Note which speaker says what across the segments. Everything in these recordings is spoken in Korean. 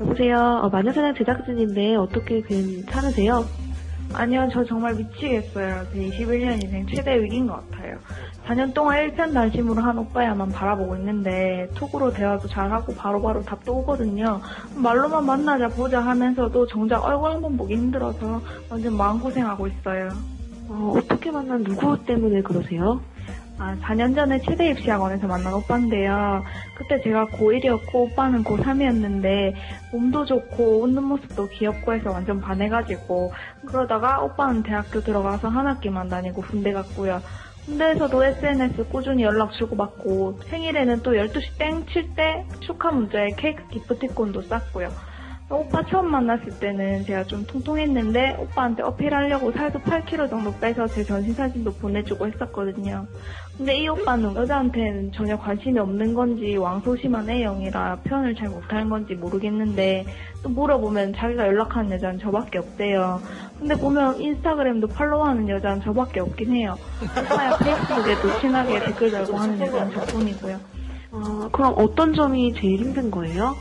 Speaker 1: 여보세요. 어, 마녀사냥 제작진인데 어떻게 괜찮으세요?
Speaker 2: 아니요, 저 정말 미치겠어요. 제 21년 인생 최대 위기인 것 같아요. 4년 동안 일편단심으로 한 오빠야만 바라보고 있는데 톡으로 대화도 잘하고 바로바로 답도 오거든요. 말로만 만나자 보자 하면서도 정작 얼굴 한 번 보기 힘들어서 완전 마음고생하고 있어요.
Speaker 1: 어, 어떻게 만난 누구 때문에 그러세요?
Speaker 2: 아, 4년 전에 최대 입시학원에서 만난 오빠인데요. 그때 제가 고1이었고 오빠는 고3이었는데 몸도 좋고 웃는 모습도 귀엽고 해서 완전 반해가지고 그러다가 오빠는 대학교 들어가서 한 학기만 다니고 군대 갔고요. 군대에서도 SNS 꾸준히 연락 주고받고 생일에는 또 12시 땡 칠 때 축하 문자에 케이크 기프티콘도 쌌고요. 오빠 처음 만났을 때는 제가 좀 통통했는데 오빠한테 어필하려고 살도 8kg 정도 빼서 제 전신 사진도 보내주고 했었거든요. 근데 이 오빠는 여자한테는 전혀 관심이 없는 건지 왕소심한 A형이라 표현을 잘 못하는 건지 모르겠는데 또 물어보면 자기가 연락하는 여자는 저밖에 없대요. 근데 보면 인스타그램도 팔로우하는 여자는 저밖에 없긴 해요. 오빠야 페이스북에도 친하게 댓글 달고 하는 여자는 저뿐이고요.
Speaker 1: 어, 그럼 어떤 점이 제일 힘든 거예요?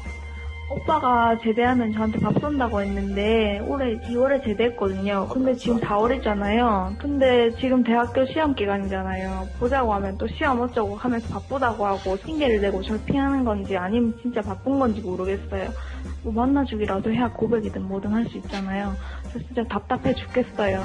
Speaker 2: 오빠가 제대하면 저한테 밥 쏜다고 했는데 올해 2월에 제대했거든요. 근데 지금 4월이잖아요. 근데 지금 대학교 시험 기간이잖아요. 보자고 하면 또 시험 어쩌고 하면서 바쁘다고 하고 핑계를 대고 절 피하는 건지 아니면 진짜 바쁜 건지 모르겠어요. 뭐 만나주기라도 해야 고백이든 뭐든 할 수 있잖아요. 저 진짜 답답해 죽겠어요.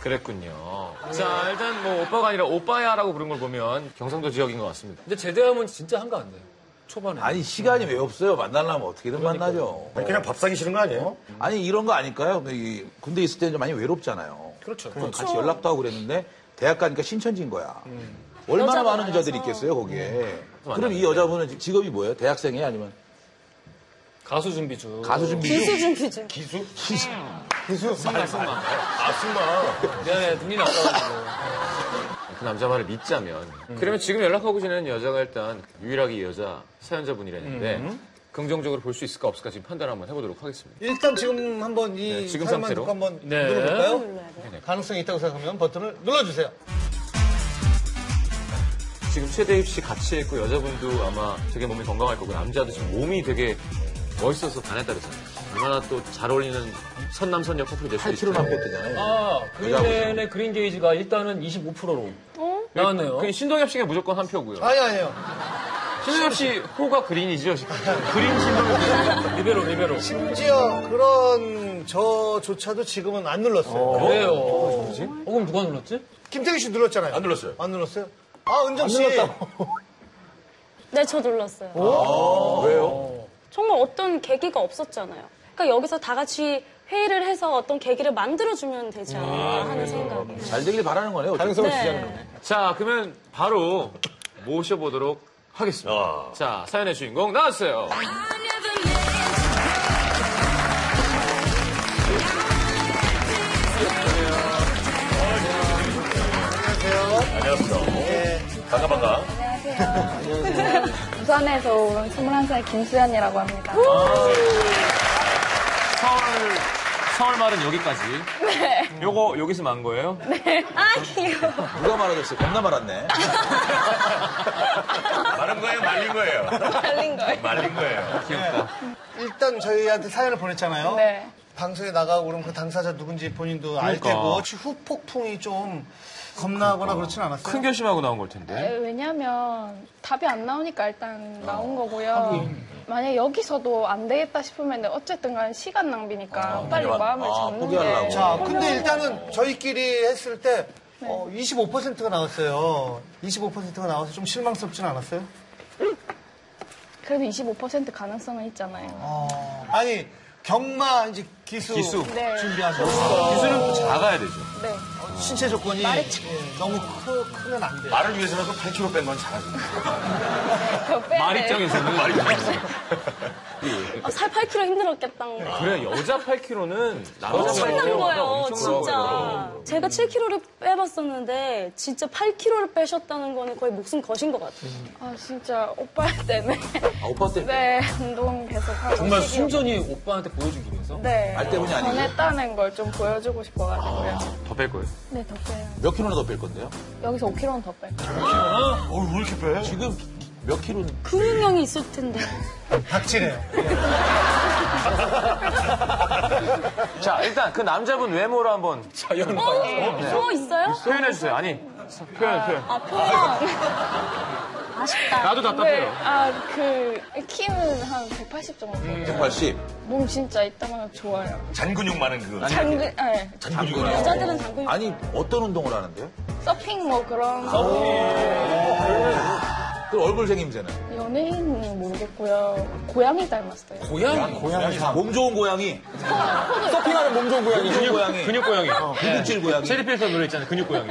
Speaker 3: 그랬군요. 자, 일단 뭐 오빠가 아니라 오빠야라고 부른 걸 보면 경상도 지역인 것 같습니다.
Speaker 4: 근데 제대하면 진짜 한가 안 돼요. 초반에.
Speaker 5: 네. 아니 시간이 왜 없어요? 만나려면 어떻게든 만나죠. 어?
Speaker 6: 아니, 그냥 밥 사기 싫은 거 아니에요?
Speaker 5: 아니 이런 거 아닐까요? 이 군대 있을 때는 좀 많이 외롭잖아요.
Speaker 4: 그렇죠.
Speaker 5: 그럼 같이 연락도 하고 그랬는데 대학 가니까 신천지인 거야.
Speaker 6: 음.
Speaker 5: 얼마나
Speaker 7: 여자가
Speaker 5: 많은 여자들이
Speaker 7: 많아서.
Speaker 5: 있겠어요 거기에.
Speaker 3: 또
Speaker 5: 그럼
Speaker 3: 만나는데.
Speaker 5: 이 여자분은 지- 직업이 뭐예요? 대학생이에요? 아니면
Speaker 4: 가수 준비 중.
Speaker 5: 가수 준비 중?
Speaker 7: 기수 중 기준.
Speaker 6: 기수? 기수. 기수. 승마, 승마. 아, 승마.
Speaker 4: 미안해, 눈이 네, 나빠가지고.
Speaker 3: 그 남자 말을 믿자면. 그러면 지금 연락하고 지내는 여자가 일단 유일하게 이 여자 사연자분이라는데
Speaker 4: 음.
Speaker 3: 긍정적으로 볼 수 있을까 없을까 지금 판단 을 한번 해보도록 하겠습니다.
Speaker 6: 일단 지금 한번 이
Speaker 3: 네, 지금
Speaker 6: 사연만
Speaker 3: 상태로.
Speaker 6: 듣고 한번
Speaker 4: 네.
Speaker 6: 눌러볼까요? 네, 가능성이 있다고 생각하면 버튼을 눌러주세요.
Speaker 3: 지금 최대 입시 같이 했고 여자분도 아마 되게 몸이 건강할 거고 남자도 지금 몸이 되게 멋있어서 반했다 그랬잖아요. 얼마나 또 잘 어울리는 선남선녀 커플이 될 수
Speaker 5: 8kg만
Speaker 3: 있을까요?
Speaker 5: 뺐대잖아요.
Speaker 4: 아, 그린의 그린 게이지가 일단은 25%로 나왔네요.
Speaker 3: 그 신동엽 씨가 무조건 한 표고요.
Speaker 6: 아니, 아니에요.
Speaker 3: 신동엽 씨 호가 그린이죠. 그린 신동엽 씨.
Speaker 4: 리베로, 리베로.
Speaker 6: 심지어 그런 저조차도 지금은 안 눌렀어요.
Speaker 4: 왜요? 어, 그럼 누가 눌렀지?
Speaker 6: 김태기 씨 눌렀잖아요. 안 눌렀어요. 안 눌렀어요? 아, 은정 씨.
Speaker 7: 네, 저 놀랐어요.
Speaker 6: 어.
Speaker 5: 왜요?
Speaker 7: 정말 어떤 계기가 없었잖아요. 그러니까 여기서 다 같이 회의를 해서 어떤 계기를 만들어주면 되지 않을까 하는 생각이.
Speaker 5: 잘 되길 바라는 거네요. 어쨌든.
Speaker 6: 가능성을
Speaker 7: 네.
Speaker 6: 주자는 거예요.
Speaker 3: 자, 그러면 바로 모셔보도록 하겠습니다. 자, 사연의 주인공 나왔어요.
Speaker 8: 부산에서 온 21살 김수현이라고 합니다.
Speaker 3: 서울, 서울 말은 여기까지. 네. 요거, 여기서 만 거예요?
Speaker 7: 아, 귀여워.
Speaker 5: 누가 말아줬어요? 겁나 말았네.
Speaker 6: 마른 거예요? 말린 거예요?
Speaker 7: 달린 거예요.
Speaker 6: 말린 거예요.
Speaker 3: 귀엽다.
Speaker 6: 일단 저희한테 사연을 보냈잖아요.
Speaker 5: 어.
Speaker 8: 네.
Speaker 6: 방송에 나가고 그럼 그 당사자 누군지 본인도 알
Speaker 3: 그러니까.
Speaker 6: 테고 혹시 후폭풍이 좀 겁나거나 그렇진 않았어요?
Speaker 3: 큰 결심하고 나온 걸
Speaker 5: 네.
Speaker 3: 텐데.
Speaker 8: 에, 네, 왜냐면 답이 안 나오니까 일단
Speaker 5: 어.
Speaker 8: 나온 거고요. 만약에 여기서도 안 되겠다 싶으면 어쨌든 간 시간 낭비니까 빨리
Speaker 5: 완전-
Speaker 8: 마음을
Speaker 5: 아,
Speaker 8: 잡는
Speaker 5: 포기하려고.
Speaker 8: 게.
Speaker 6: 자, 근데 일단은 저희끼리 했을 때 어, 25%가 나왔어요. 25%가 나와서 좀 실망스럽진 않았어요?
Speaker 8: 그래도 25% 가능성은
Speaker 5: 어.
Speaker 8: 있잖아요.
Speaker 6: 어, 아니, 경마 이제 기수,
Speaker 3: 기수.
Speaker 8: 네.
Speaker 6: 준비하죠.
Speaker 3: 기술은 또 작아야 되죠.
Speaker 8: 네.
Speaker 6: 신체 조건이 예, 너무 크, 크면 안 돼요.
Speaker 9: 말을 위해서라도 8kg 뺀 건 잘하지.
Speaker 8: 더
Speaker 7: 네.
Speaker 8: 빼야
Speaker 3: 말
Speaker 8: 돼요.
Speaker 3: 입장에서는. 말 입장에서는.
Speaker 7: 아, 살 8kg 힘들었겠다는 거.
Speaker 3: 그래, 여자 8kg는 남자
Speaker 7: 아, 엄청난
Speaker 3: 8kg보다
Speaker 7: 거예요, 음.
Speaker 3: 엄청난 거예요.
Speaker 7: 진짜. 제가 7kg를 빼봤었는데, 진짜 8kg를 빼셨다는 거는 거의 목숨 거신 것 같아요.
Speaker 8: 아, 진짜 오빠 때문에.
Speaker 5: 아, 오빠 때문에.
Speaker 8: 네, 운동 계속 하고.
Speaker 4: 정말 순전히 오빠한테 보여주기 위해서.
Speaker 8: 네.
Speaker 5: 말 때문이 아. 아니고.
Speaker 8: 전했다는 걸 좀 보여주고 싶어가지고요.
Speaker 3: 더 뺄 거예요.
Speaker 8: 네, 더 빼요.
Speaker 5: 몇 킬로나 더 뺄 건데요?
Speaker 8: 여기서 5kg는 더 뺄게요.
Speaker 6: 어, 왜 이렇게 빼?
Speaker 7: 그
Speaker 5: 지금 몇 킬로?
Speaker 7: 근육량이 있을 텐데.
Speaker 6: 닥치네요.
Speaker 3: 자, 일단 그 남자분 외모로 한번
Speaker 4: 자연.
Speaker 7: 어? 표 있어요?
Speaker 3: 표현해주세요. 아니, 표현, 표현.
Speaker 7: 아, 표현. 아쉽다. 네.
Speaker 3: 나도 답답해요.
Speaker 8: 아 그 키는 한 180 정도.
Speaker 5: 180.
Speaker 8: 몸 진짜 이따가 좋아요.
Speaker 9: 잔근육 많은 그거.
Speaker 8: 장근, 예.
Speaker 9: 잔근육.
Speaker 7: 여자들은 당근.
Speaker 5: 아니, 어떤 운동을 하는데요?
Speaker 8: 서핑 뭐 그런
Speaker 5: 그 얼굴 생김새는?
Speaker 8: 연예인은 모르겠고요. 고양이 닮았어요.
Speaker 4: 고양이.
Speaker 6: 네,
Speaker 5: 고양이 몸 좋은 고양이.
Speaker 9: 서핑하는 몸 좋은 고양이.
Speaker 5: 근육 고양이.
Speaker 4: 근육 고양이.
Speaker 3: 네.
Speaker 5: 근육질
Speaker 4: 네.
Speaker 5: 고양이.
Speaker 4: 체리필터 노래 있잖아요. 근육 고양이.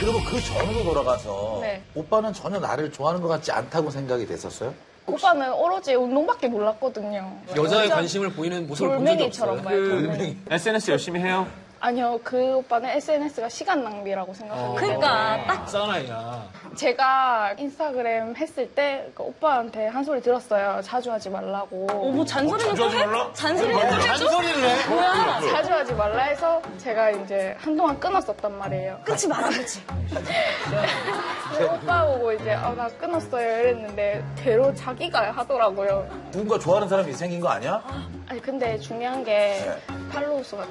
Speaker 5: 그리고 그 전으로 돌아가서
Speaker 8: 네.
Speaker 5: 오빠는 전혀 나를 좋아하는 것 같지 않다고 생각이 됐었어요?
Speaker 8: 오빠는 오로지 운동밖에 몰랐거든요.
Speaker 4: 여자의
Speaker 8: 완전
Speaker 4: 관심을 보이는 모습을 본 적이
Speaker 8: 돌멩이처럼
Speaker 4: 없어요.
Speaker 8: 말요
Speaker 3: SNS 열심히 해요?
Speaker 8: 아니요, 그 오빠는 SNS가 시간 낭비라고 생각합니다.
Speaker 7: 그러니까 딱
Speaker 4: 싸나이야.
Speaker 8: 제가 인스타그램 했을 때그 오빠한테 한 소리 들었어요. 자주 하지 말라고.
Speaker 7: 어머 뭐 잔소리는 또 해? 잔소리는 또 해줘?
Speaker 9: 해?
Speaker 7: 뭐야?
Speaker 8: 자주 하지 말라 해서 제가 이제 한동안 끊었었단 말이에요.
Speaker 7: 끊지 말아보지.
Speaker 8: 근데 오빠 보고 이제 아, 나 끊었어요 이랬는데 대로 자기가 하더라고요.
Speaker 5: 누군가 좋아하는 사람이 생긴 거 아니야?
Speaker 8: 아니 근데 중요한 게
Speaker 5: 네.
Speaker 8: 팔로우 수가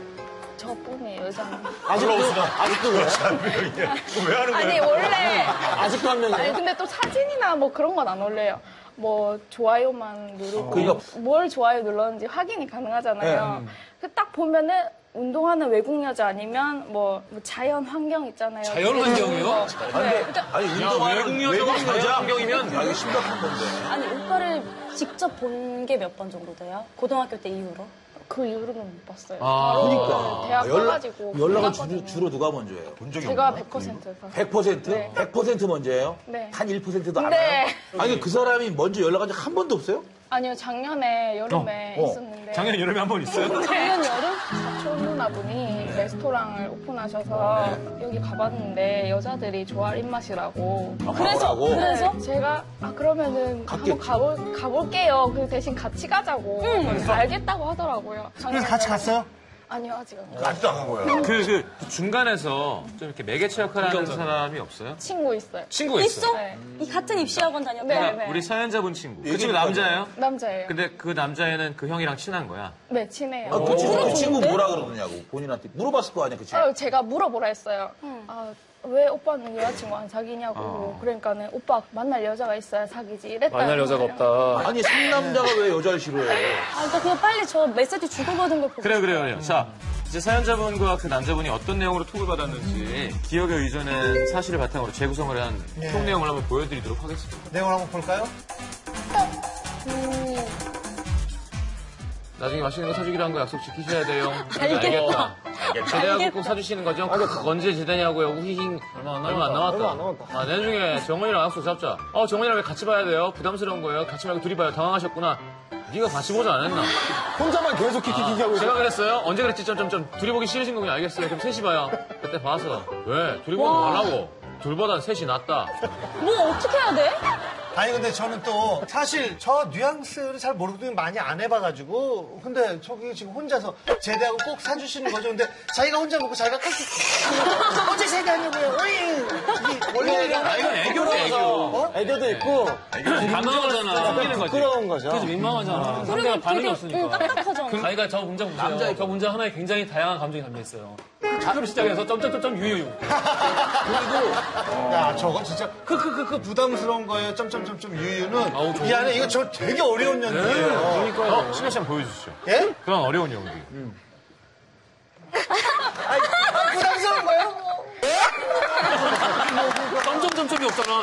Speaker 8: 저뿐이에요, 여자는.
Speaker 5: 아직도, 아직도 그래?
Speaker 9: 왜 하는 거야?
Speaker 8: 아니 원래
Speaker 4: 아직도 한 명이.
Speaker 8: 아니 근데 또 사진이나 뭐 그런 건 안 올려요. 뭐 좋아요만 누르고
Speaker 5: 그러니까- 네.
Speaker 8: 뭘 좋아요 눌렀는지 확인이 가능하잖아요. 그 딱 보면은 운동하는 외국 여자 아니면 뭐, 뭐 자연 환경 있잖아요.
Speaker 4: 자연 환경이요?
Speaker 8: 뭐, 네.
Speaker 5: 아니, 운동하는
Speaker 4: 외국
Speaker 5: 외국
Speaker 4: 여자가
Speaker 5: 여자?
Speaker 4: 환경이면-
Speaker 5: 아, 이거 심각한 건데.
Speaker 7: 아니 오빠를 직접 본 게 몇 번 정도 돼요? 고등학교 때 이후로?
Speaker 8: 그 이후로는 못 봤어요.
Speaker 4: 아.
Speaker 8: 바로
Speaker 5: 그러니까.
Speaker 8: 대학
Speaker 5: 연락,
Speaker 8: 가가지고
Speaker 5: 연락은
Speaker 8: 끝났거든요.
Speaker 5: 주로, 주로 음. 누가 먼저 해요?
Speaker 9: 본 적이
Speaker 8: 제가
Speaker 9: 없나?
Speaker 8: 100% 봤어요.
Speaker 5: 100%? 100% 먼저예요?
Speaker 8: 네.
Speaker 5: 단 1%도 안 해요?
Speaker 8: 네.
Speaker 5: 아니 그 사람이 먼저 연락한 적 한 번도 없어요?
Speaker 8: 아니요 작년에 여름에
Speaker 5: 어, 어.
Speaker 8: 있었는데
Speaker 3: 작년 여름에 한 번 있어요?
Speaker 8: 작년 여름 촌 누나분이 레스토랑을 오픈하셔서 여기 가봤는데 여자들이 좋아할 입맛이라고
Speaker 7: 그래서
Speaker 5: 뭐라고?
Speaker 7: 그래서
Speaker 8: 제가 아 그러면은
Speaker 5: 아, 갔겠죠.
Speaker 8: 한번 가볼, 게요그 대신 같이 가자고 알겠다고 하더라고요
Speaker 6: 그래서 같이 갔어요?
Speaker 8: 아니요 아직 안 가요.
Speaker 9: 아직도 안 거야.
Speaker 3: 그, 그, 중간에서 좀 이렇게 매개체 역할을 하는 사람이 없어요?
Speaker 8: 친구 있어요
Speaker 4: 뭐
Speaker 3: 친구가 있어.
Speaker 7: 있어?
Speaker 8: 네.
Speaker 7: 이 같은 입시학원 다녔던
Speaker 8: 네.
Speaker 3: 그러니까 우리 사연자분 친구. 그 친구 남자예요?
Speaker 8: 남자예요
Speaker 3: 근데 그 남자애는 그 형이랑 친한 거야.
Speaker 8: 네 친해요
Speaker 5: 아, 그 친구, 그 친구 뭐라 그러냐고 본인한테 물어봤을 거 아니야 그 친구?
Speaker 8: 아, 제가 물어보라 했어요. 아, 왜 오빠는 여자친구 안 사귀냐고. 그러니까는 오빠 만날 여자가 있어야 사귀지. 이랬다.
Speaker 4: 만날 여자가 없다.
Speaker 5: 아니 상남자가 왜 여자를 싫어해?
Speaker 7: 아, 나 그냥 빨리 저 메시지 주고받은 걸 보고
Speaker 3: 그래요, 그래요, 그래요. 자, 이제 사연자분과 그 남자분이 어떤 내용으로 톡을 받았는지 기억에 의존한 사실을 바탕으로 재구성을 한 톡
Speaker 6: 네.
Speaker 3: 내용을 한번 보여드리도록 하겠습니다.
Speaker 6: 내용을 한번 볼까요?
Speaker 3: 나중에 맛있는 거 사주기로 한 거 약속 지키셔야 돼요.
Speaker 7: 알겠다.
Speaker 3: 제대하고 꼭 사주시는 거죠? 그 언제 제대냐고요? 우히힝. 얼마 안 남았다. 얼마 안 남았다. 아, 나중에 정원이랑 약속 잡자. 어, 정원이랑 왜 같이 봐야 돼요? 부담스러운 거예요? 같이 말고 둘이 봐요. 당황하셨구나. 네가 같이 보자 안 했나? 아,
Speaker 9: 혼자만 계속 키키키키 하고
Speaker 3: 제가 그랬어요? 언제 그랬지? 점점점. 둘이 보기 싫으신 거군요. 알겠어요. 그럼 셋이 봐요. 그때 봐서. 왜? 둘이 보면 말라고. 둘보단 셋이 낫다.
Speaker 7: 뭐 어떻게 해야 돼?
Speaker 6: 아니 근데 저는 또 사실 저 뉘앙스를 잘 모르거든요 많이 안 해봐가지고 근데 저기 지금 혼자서 제대하고 꼭 사주시는 거죠 근데 자기가 혼자 먹고 자기가 꼭 언제 제대하냐고요 어이 이게 원래
Speaker 3: 아, 이건 애교네, 애교.
Speaker 6: 어?
Speaker 9: 애교도 있고
Speaker 6: 네.
Speaker 3: 반항하잖아. 숨기는 거지.
Speaker 9: 부끄러운 거죠.
Speaker 4: 그래서 민망하잖아. 상대가 반응이
Speaker 7: 되게, 응,
Speaker 4: 없으니까.
Speaker 7: 딱딱하잖아.
Speaker 4: 가희가 저 문장 보세요. 저 문장 하나에 굉장히 다양한 감정이 담겨있어요. 크크로 시작해서 점점점점 유유.
Speaker 6: 야 저거 진짜 그, 크크크크 부담스러운 거예요 점점점점 유유는
Speaker 3: 아우, 저거
Speaker 6: 이 안에 이거 저 되게 어려운 연기예요
Speaker 3: 네. 어, 신혜 씨한번 보여주시죠.
Speaker 6: 예?
Speaker 3: 그런 어려운 연기.
Speaker 6: 부담스러운 거예요?
Speaker 4: 점점점점이 없잖아.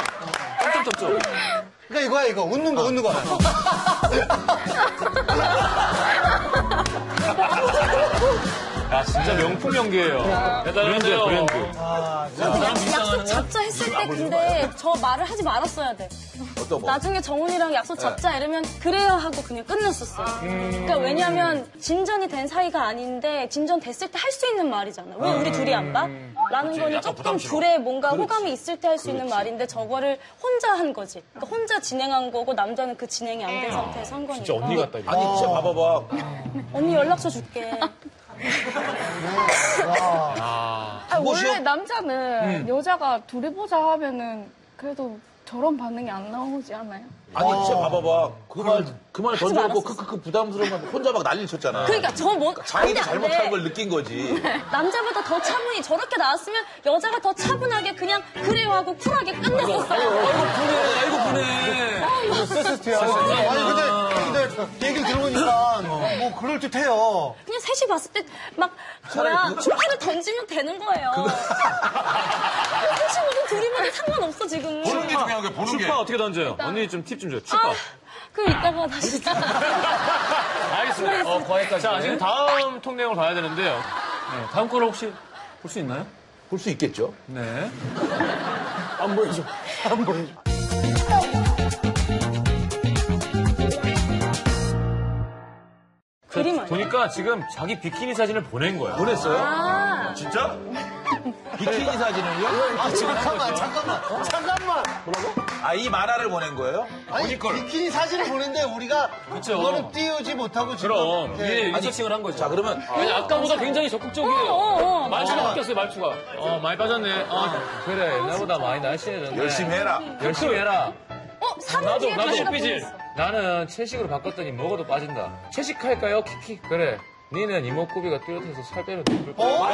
Speaker 4: 점점점점.
Speaker 6: 그러니까 이거야 이거 웃는
Speaker 3: 아.
Speaker 6: 거 웃는 거
Speaker 3: 야, 진짜 명품 연기예요. 대단한데요. 브랜드.
Speaker 5: 아,
Speaker 7: 약속 잡자 했을 때 근데 저 말을 하지 말았어야 돼.
Speaker 5: 어떤 네. 뭐?
Speaker 7: 나중에 정훈이랑 약속 잡자 이러면 그래야 하고 그냥 끝냈었어.
Speaker 5: 아.
Speaker 7: 그러니까 왜냐면 진전이 된 사이가 아닌데 진전 됐을 때 할 수 있는 말이잖아. 왜 우리 둘이 안
Speaker 5: 음,
Speaker 7: 봐? 라는 거는 조금 둘의 뭔가 호감이 있을 때 할 수 있는 말인데 저거를 혼자 한 거지. 그러니까 혼자 진행한 거고 남자는 그 진행이 안 된
Speaker 5: 음.
Speaker 7: 상태에서 한 거니까.
Speaker 3: 어.
Speaker 4: 언니 같다, 이거.
Speaker 5: 아니 진짜 봐봐봐
Speaker 7: 언니 연락처 줄게.
Speaker 8: 아, 아니, 원래 남자는 여자가 둘이 보자 하면은 그래도 저런 반응이 안 나오지 않아요?
Speaker 5: 아니 진짜 봐봐봐 그 말 그 말 던져놓고 크크크 부담스러운 거 혼자 막 난리 쳤잖아.
Speaker 7: 그러니까 네. 저 뭔. 안 돼,
Speaker 5: 자기도
Speaker 7: 안
Speaker 5: 잘못한
Speaker 7: 돼.
Speaker 5: 걸 느낀 거지.
Speaker 7: 남자보다 더 차분히 저렇게 나왔으면 여자가 더 차분하게 그냥 그래요 하고 쿨하게 끝냈었어요.
Speaker 4: 아이고 분해.
Speaker 6: 스트레스야. 아니 근데 근데 얘기를 들어보니까 뭐 그럴 듯해요.
Speaker 7: 그냥 셋이 봤을 때 막 뭐야 화를 던지면 되는 거예요. 셋이 모든 둘이 모든 상관없어 지금.
Speaker 9: 보는 게 중요한 거야, 보는 게.
Speaker 3: 축파 어떻게 던져요? 언니 좀 팁 좀 줘요. 축파.
Speaker 7: 아, 그럼 이따가 다시.
Speaker 3: 그렇죠. 아. 알겠습니다. 어, 거기까지. 자, 지금 다음 통내용을 봐야 되는데요. 네, 다음 거를 혹시 볼 수 있나요?
Speaker 5: 볼 수 있겠죠.
Speaker 3: 네.
Speaker 9: 안 보여줘. 안 보여줘.
Speaker 7: 그림 아니야?
Speaker 3: 보니까 지금 자기 비키니 사진을 보낸 거야.
Speaker 5: 보냈어요?
Speaker 7: 아,
Speaker 5: 진짜? 비키니 사진을요?
Speaker 6: 아 잠깐만 잠깐만 잠깐만.
Speaker 5: 아 이 만화를 보낸 거예요?
Speaker 6: 아니 비키니 사진을 보는데 우리가
Speaker 3: 그쵸.
Speaker 6: 그거는 띄우지 못하고 지금
Speaker 3: 그럼 예,
Speaker 6: 이렇게
Speaker 4: 위에 인식을 한 거죠.
Speaker 5: 자 그러면
Speaker 4: 왜냐, 아까보다 굉장히 적극적이에요.
Speaker 7: 어, 어.
Speaker 4: 말투가 바뀌었어요, 말투가. 아.
Speaker 3: 어, 많이 빠졌네. 어, 그래. 옛날보다 많이 날씬해졌네.
Speaker 5: 열심히 해라.
Speaker 3: 열심히 해라.
Speaker 7: 어, 3일
Speaker 3: 나도,
Speaker 7: 뒤에
Speaker 3: 나도
Speaker 7: 다시
Speaker 3: 삐질.
Speaker 7: 보냈어.
Speaker 3: 나는 채식으로 바꿨더니 먹어도 빠진다. 채식할까요? 키키. 그래. 니는 이목구비가 뚜렷해서 살 빼면 눈물
Speaker 9: 어,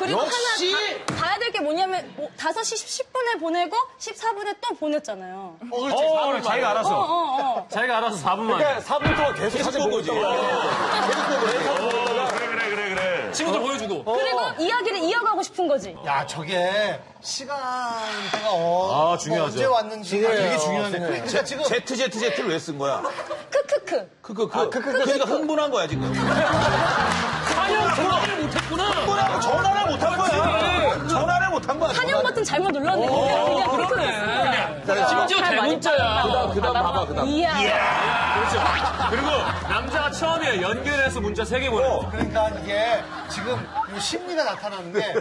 Speaker 7: 그리고 하나 봐- 봐야 될 게 뭐냐면 뭐, 5시 10분에 보내고 14분에 또 보냈잖아요.
Speaker 3: 어, 그래. 자기가
Speaker 7: 어,
Speaker 3: 알아서.
Speaker 7: 어, 어.
Speaker 3: 자기가 알아서 4분만.
Speaker 9: 그러니까 4분 동안 계속 사진 보고 있다.
Speaker 4: 어,
Speaker 3: 어.
Speaker 4: 친구들 보여주고.
Speaker 7: 그리고 이야기를 이어가고 싶은 거지.
Speaker 6: 야 저게 시간대가 어,
Speaker 3: 아, 중요하죠.
Speaker 6: 언제 왔는지가 되게 중요한데 그러니까 지금
Speaker 5: ZZZ를 왜 쓴 거야?
Speaker 7: 크크크.
Speaker 5: 크크크. 그러니까 흥분한 거야 지금.
Speaker 4: 아니야, 전화를 못했구나.
Speaker 5: 흥분하고 전화를 못 한 거야. 전화를 못 한 거야.
Speaker 7: 한영 버튼
Speaker 5: 어.
Speaker 7: 잘못 눌렀네. 그냥 그냥 아, 크크크.
Speaker 5: 전화를.
Speaker 4: 심지어 대문자야.
Speaker 5: 그다음 그다음 봐봐 그다음.
Speaker 7: 아, 이야.
Speaker 3: 그리고 남자가 처음에 연결해서 문자 3개 보내.
Speaker 5: 어.
Speaker 6: 그러니까 이게 지금 이 심리가 나타나는데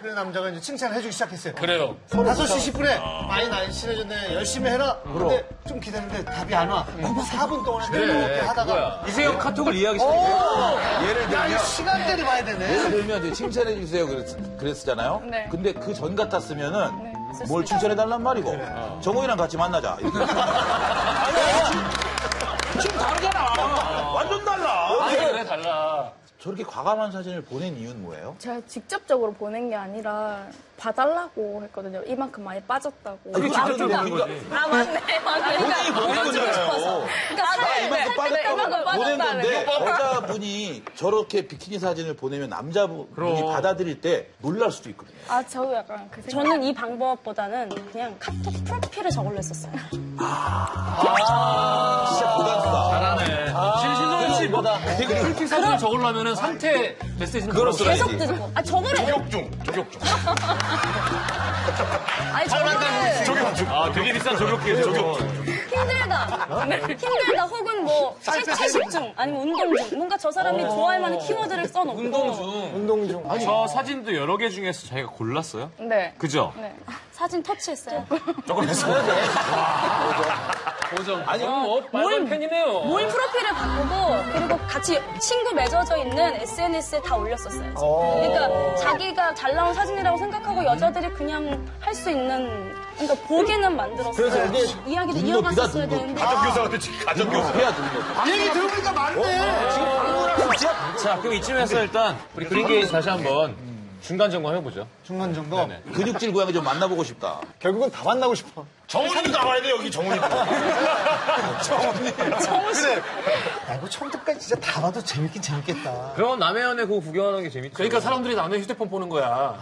Speaker 6: 그 남자가 이제 칭찬을 해주기 시작했어요.
Speaker 4: 그래요.
Speaker 6: 5시 10분에 많이 날씬해졌네. 열심히 해라.
Speaker 5: 음,
Speaker 6: 근데 좀 기다리는데 답이 안 와. 그럼 4분 동안
Speaker 5: 네.
Speaker 6: 이렇게 하다가
Speaker 3: 네. 이세영 카톡을 이해하기
Speaker 6: 오!
Speaker 3: 시작해.
Speaker 5: 어. 예를
Speaker 6: 야, 이
Speaker 5: 들면
Speaker 6: 시간대를 봐야
Speaker 5: 예를
Speaker 6: 되네.
Speaker 5: 들면 이제 칭찬해 주세요 그랬, 그랬었잖아요.
Speaker 8: 네.
Speaker 5: 근데 그 전 같았으면은
Speaker 8: 네.
Speaker 5: 뭘 칭찬해 달란 말이고
Speaker 9: 네.
Speaker 5: 정호이랑 같이 만나자. 이렇게. 아니, 아니, 지금, 지금 다르잖아. 완전 달라.
Speaker 4: 아니, 왜 달라.
Speaker 5: 저렇게 과감한 사진을 보낸 이유는 뭐예요?
Speaker 8: 제가 직접적으로 보낸 게 아니라 봐달라고 했거든요. 이만큼 많이 빠졌다고.
Speaker 5: 그게 직접적으로
Speaker 8: 아,
Speaker 5: 보낸 거지.
Speaker 7: 아, 맞네. 그러니까 맞네.
Speaker 5: 본인이 보낸 거잖아요.
Speaker 7: 그러니까 살,
Speaker 5: 이만큼
Speaker 7: 빼먹어,
Speaker 5: 빠졌다고 보낸
Speaker 7: 빠졌다네.
Speaker 5: 건데 여자분이 저렇게 비키니 사진을 보내면 남자분이
Speaker 3: 그럼.
Speaker 5: 받아들일 때 놀랄 수도 있거든요.
Speaker 8: 아, 저도 약간 그 생각.
Speaker 7: 저는 이 방법보다는 그냥 카톡 프로필을 저걸로 했었어요.
Speaker 5: 진짜 부담스러워.
Speaker 3: 잘하네.
Speaker 5: 아,
Speaker 3: 지금 신동현 씨 뭐, 되게 풀킥 사진을 적으려면 상태 메시지는
Speaker 5: 그걸
Speaker 3: 뭐라고 써요?
Speaker 7: 계속 들고. 아, 저거를. 조격 중, 조격 중. 아니, 저거를.
Speaker 3: 아, 되게 비싼 조격기예요, 조격기.
Speaker 7: 힘들다.
Speaker 5: 네.
Speaker 7: 힘들다. 혹은 뭐, 채- 채식 중. 아니면 운동 중. 뭔가 저
Speaker 5: 어.
Speaker 7: 사람이 좋아할 만한 키워드를 써놓고.
Speaker 4: 운동 중.
Speaker 9: 운동 중. 아니,
Speaker 3: 저 사진도 여러 개 중에서 자기가 골랐어요?
Speaker 8: 네.
Speaker 3: 그죠?
Speaker 8: 네.
Speaker 7: 아, 사진 터치했어요.
Speaker 4: 보정. 아니,
Speaker 3: 뭐,
Speaker 4: 어,
Speaker 7: 뭘-
Speaker 4: 빨간 팬이네요.
Speaker 7: 몰 프로필을 바꾸고 그리고 같이 친구 맺어져 있는 SNS에 다 올렸었어요. 그러니까 자기가 잘 나온 사진이라고 생각하고 여자들이 그냥 할 수 있는 그러니까 보기는 만들었어요.
Speaker 9: 그래서 이게
Speaker 7: 이야기를
Speaker 5: 눈높이다,
Speaker 7: 이어갔었어야
Speaker 5: 눈높이.
Speaker 7: 되는데
Speaker 5: 해야 되는 거.
Speaker 6: 얘기 들어보니까 맞네.
Speaker 3: 자, 그럼 이쯤에서 일단 우리 그린 게이지 다시 한번 중간 점검 해보죠.
Speaker 6: 중간 정도.
Speaker 5: 네, 근육질 고양이 좀 만나보고 싶다.
Speaker 9: 결국은 다 만나고 싶어.
Speaker 6: 야, 이거 처음부터까지 진짜 다 봐도 재밌긴 재밌겠다.
Speaker 3: 그럼 남의 연애 그거 구경하는 게 재밌죠.
Speaker 4: 그러니까 사람들이 남의 휴대폰 보는 거야.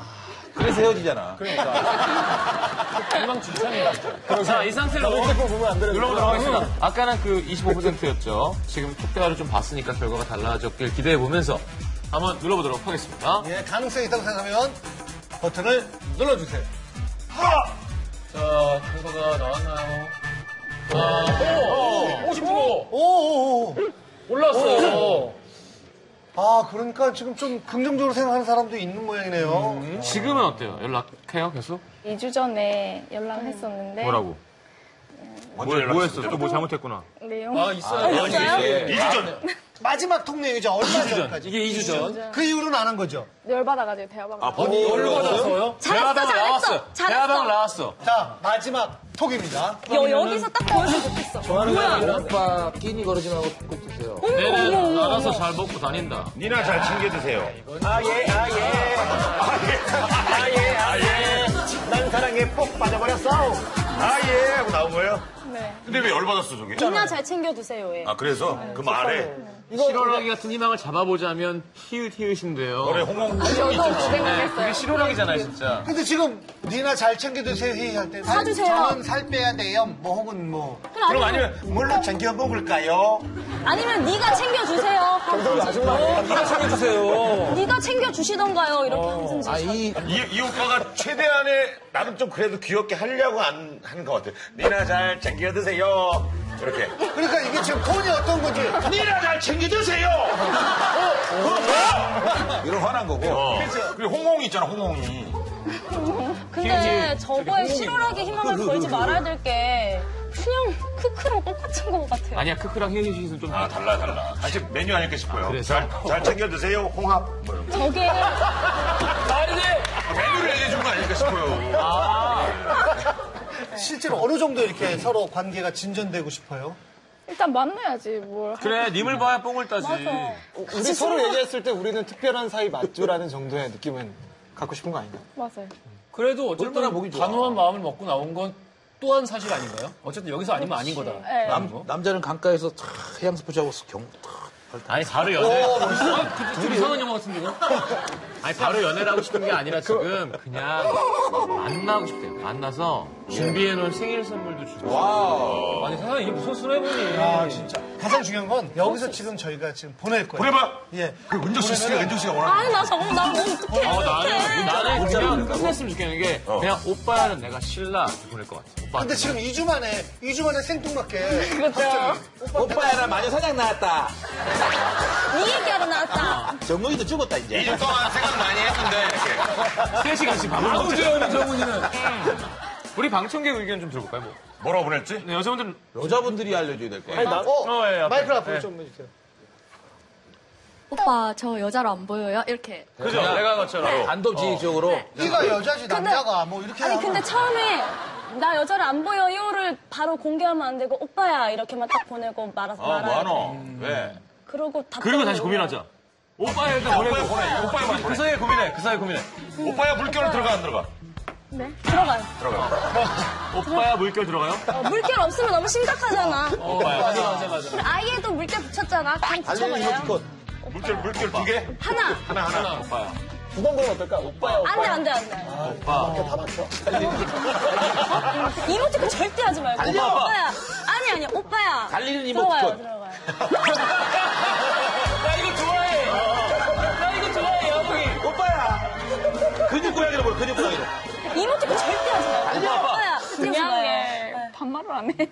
Speaker 5: 그래서 헤어지잖아.
Speaker 4: 금방 주차이야
Speaker 3: 그러니까. 자, 이 상태로
Speaker 9: 휴대폰 보면 안 되는
Speaker 3: 들어보도록 하겠습니다. 아까는 그 25%였죠. 지금 촉대화를 좀 봤으니까 결과가 달라졌길 기대해보면서 한번 눌러보도록 하겠습니다.
Speaker 6: 예, 가능성이 있다고 생각하면 버튼을 눌러주세요.
Speaker 5: 음.
Speaker 3: 자, 결과가 나왔나요? 아,
Speaker 4: 55!
Speaker 6: 오오오.
Speaker 4: 올랐어!
Speaker 6: 아, 그러니까 지금 좀 긍정적으로 생각하는 사람도 있는 모양이네요.
Speaker 5: 음.
Speaker 3: 지금은 어때요? 연락해요, 계속?
Speaker 8: 2주 전에 연락했었는데.
Speaker 3: 뭐라고? 뭐, 뭐 했어? 또 뭐 잘못했구나.
Speaker 8: 내용.
Speaker 4: 아, 있어요.
Speaker 7: 진짜요?
Speaker 5: 예.
Speaker 6: 마지막 통례이죠. 얼마
Speaker 4: 2주 전.
Speaker 6: 전까지.
Speaker 4: 이게 2주 전.
Speaker 6: 그 이후로는 안 한 거죠.
Speaker 8: 열받아가지고 대화방.
Speaker 5: 아, 본인이 열로
Speaker 4: 받았어요?
Speaker 7: 잘했어,
Speaker 4: 대화방
Speaker 7: 잘했어,
Speaker 4: 나왔어.
Speaker 7: 잘했어.
Speaker 4: 대화방 나왔어.
Speaker 6: 자, 마지막 톡입니다.
Speaker 7: 여, 여기서 딱 보여주면 좋겠어. 뭐야?
Speaker 5: 오빠 끼니 걸어 지나고 꼭 드세요.
Speaker 7: 어머,
Speaker 3: 얘는
Speaker 7: 어머, 어머.
Speaker 3: 알아서 잘 먹고 다닌다.
Speaker 10: 니나 잘 챙겨주세요.
Speaker 9: 아, 예, 아, 예. 아, 예, 아, 예. 난 사랑에 폭 빠져버렸어.
Speaker 10: 아, 예! 하고 나온 거예요?
Speaker 8: 네.
Speaker 10: 근데 왜 열받았어, 저게?
Speaker 7: 이나 잘 챙겨두세요, 예.
Speaker 10: 아, 그래서? 그 말에.
Speaker 3: 실오라기 같은 희망을 잡아보자면 히읗히읗인데요.
Speaker 10: 노래 홍홍.
Speaker 8: 저도 그
Speaker 3: 네, 그게
Speaker 8: 생각했어요.
Speaker 3: 실오라기잖아요, 진짜.
Speaker 6: 근데 지금 니나 잘 챙겨드세요 회의할 때.
Speaker 7: 사주세요.
Speaker 6: 저는 살 빼야 돼요. 뭐 혹은 뭐.
Speaker 7: 그럼
Speaker 10: 그럼
Speaker 7: 아니면,
Speaker 10: 아니면 뭘로 챙겨 먹을까요?
Speaker 7: 아니면 네가 챙겨주세요. 하고
Speaker 4: 누가 챙겨주세요.
Speaker 7: 네가 챙겨주시던가요, 이렇게 하든지.
Speaker 5: 아, 이
Speaker 10: 이, 이 오빠가 최대한의 나는 좀 그래도 귀엽게 하려고 안 하는 것 같아. 니나 잘 챙겨 드세요. 이렇게.
Speaker 6: 그러니까 이게 지금 톤이 어떤 건지.
Speaker 10: 니나 잘 챙겨 드세요. 어? 그거 뭐야?
Speaker 5: 이런 화난 거고.
Speaker 10: 어. 그리고 홍홍이 있잖아, 홍홍이.
Speaker 7: 근데 저거에 실오라기
Speaker 3: 그,
Speaker 7: 희망을 걸지 말아야 될 게 그냥 크크랑 똑같은 것 같아요.
Speaker 3: 아니야, 크크랑 히읗히읗은 좀
Speaker 10: 아, 달라, 달라. 사실 메뉴 아닐까 싶어요. 잘, 잘 챙겨 드세요, 홍합. 뭐
Speaker 3: 아,
Speaker 10: 이런 거.
Speaker 7: 저게
Speaker 10: 아, 메뉴를 얘기해 준거 아닐까 싶어요.
Speaker 6: 실제로 어느 정도 이렇게 서로 관계가 진전되고 싶어요?
Speaker 8: 일단 만나야지 뭐. 뭘.
Speaker 3: 그래, 님을 봐야 뽕을 따지.
Speaker 7: 맞아.
Speaker 9: 우리 서로 얘기했을 때 우리는 특별한 사이 맞죠라는 정도의 느낌은 갖고 싶은 거 아닌가?
Speaker 8: 맞아요.
Speaker 4: 그래도
Speaker 5: 얼마나
Speaker 4: 어쨌든
Speaker 5: 보기 좋아.
Speaker 4: 단호한 마음을 먹고 나온 건 또한 사실 아닌가요? 어쨌든 여기서 아니면 아닌 거다.
Speaker 8: 네.
Speaker 4: 라는
Speaker 5: 어? 남,
Speaker 4: 거.
Speaker 5: 남자는 강가에서 탁 해양 스포츠하고 경, 탁.
Speaker 3: 아니, 바로 연애. 어, 그, 좀 이상한 영화 같은데, 이거? 아니, 바로 연애를 하고 싶은 게 아니라 지금 그냥 만나고 싶대요. 만나서 준비해놓은 생일 선물도 주고.
Speaker 4: 아니 세상에 이게 무슨 순애보니.
Speaker 6: 아, 진짜. 가장 중요한 건 여기서 지금 저희가 지금 보낼 거예요.
Speaker 10: 보내봐!
Speaker 6: 예.
Speaker 10: 그 은정 씨, 씨가 은정 씨가 원하는
Speaker 7: 아니 나 정말 나 너무 어떡해.
Speaker 3: 어, 나는,
Speaker 7: 어떡해.
Speaker 3: 나는 그냥 끝냈으면 좋겠는 게, 그냥 오빠는 내가 신라 이렇게 보낼 것 같아. 오빠.
Speaker 6: 근데 지금 2주 만에, 2주 만에 생뚱맞게.
Speaker 5: 오빠야나 마녀 사냥 나왔다.
Speaker 7: 네 얘기하러
Speaker 3: 어.
Speaker 7: 나왔다.
Speaker 5: 정국이도 죽었다, 이제.
Speaker 10: 2주 동안 아, 생각 많이 했는데. 이렇게.
Speaker 3: 3시간씩
Speaker 4: 아우지
Speaker 3: 밥을 음.
Speaker 4: 는 정훈이는.
Speaker 3: 우리 방청객 의견 좀 들어볼까요? 뭐.
Speaker 10: 뭐라고 보낼지?
Speaker 3: 네, 여자분들
Speaker 5: 여자분들이 알려줘야 될 거야.
Speaker 6: 어,
Speaker 3: 어, 예, 앞에.
Speaker 6: 마이크 앞으로 좀 해주세요.
Speaker 11: 오빠 저 여자로 안 보여요? 이렇게
Speaker 3: 그죠? 네, 내가 것처럼.
Speaker 5: 단도직입적으로.
Speaker 6: 네가 여자지 남자가 뭐 이렇게
Speaker 7: 아니
Speaker 6: 하면
Speaker 7: 근데 처음에 나 여자를 안 보여요를 바로 공개하면 안 되고 오빠야 이렇게만 딱 보내고 말아서
Speaker 10: 어,
Speaker 7: 말아야 돼.
Speaker 10: 뭐하노? 왜?
Speaker 7: 그러고 답
Speaker 3: 그리고 다시 고민하자. 오빠야 일단 보내고.
Speaker 10: 오빠야 보내. 오빠야 보내.
Speaker 3: 그 사이에 고민해. 그 사이에 고민해.
Speaker 10: 오빠야 물결 들어가 안 들어가?
Speaker 7: 네? 들어가요.
Speaker 3: 오빠야 물결 들어가요?
Speaker 7: 어, 물결 없으면 너무 심각하잖아.
Speaker 3: 어. 오빠야.
Speaker 7: 그래, 아이에도 물결 붙였잖아. 그냥 붙여버려요.
Speaker 10: 물결 물결 두 개?
Speaker 7: 하나.
Speaker 10: 하나 하나.
Speaker 3: 오빠야.
Speaker 9: 두번 걸면 어떨까? 오빠야,
Speaker 7: 안 돼 안 돼 안돼.
Speaker 5: 어,
Speaker 7: 오빠. 다 맞춰. 이모티콘 절대 하지 말고. 오빠야. 아니 아니 오빠야.
Speaker 5: 달리는
Speaker 7: 들어가요
Speaker 5: 이모티콘.
Speaker 7: 들어가요.
Speaker 4: 나 이거 좋아해. 나 이거 좋아해 야구이.
Speaker 5: 근육 고양이로 보여, 근육 고양이로.
Speaker 7: 이모티콘 절대 하지 말고. 오빠야. 그냥
Speaker 8: 미안해. 반말을 안 해요.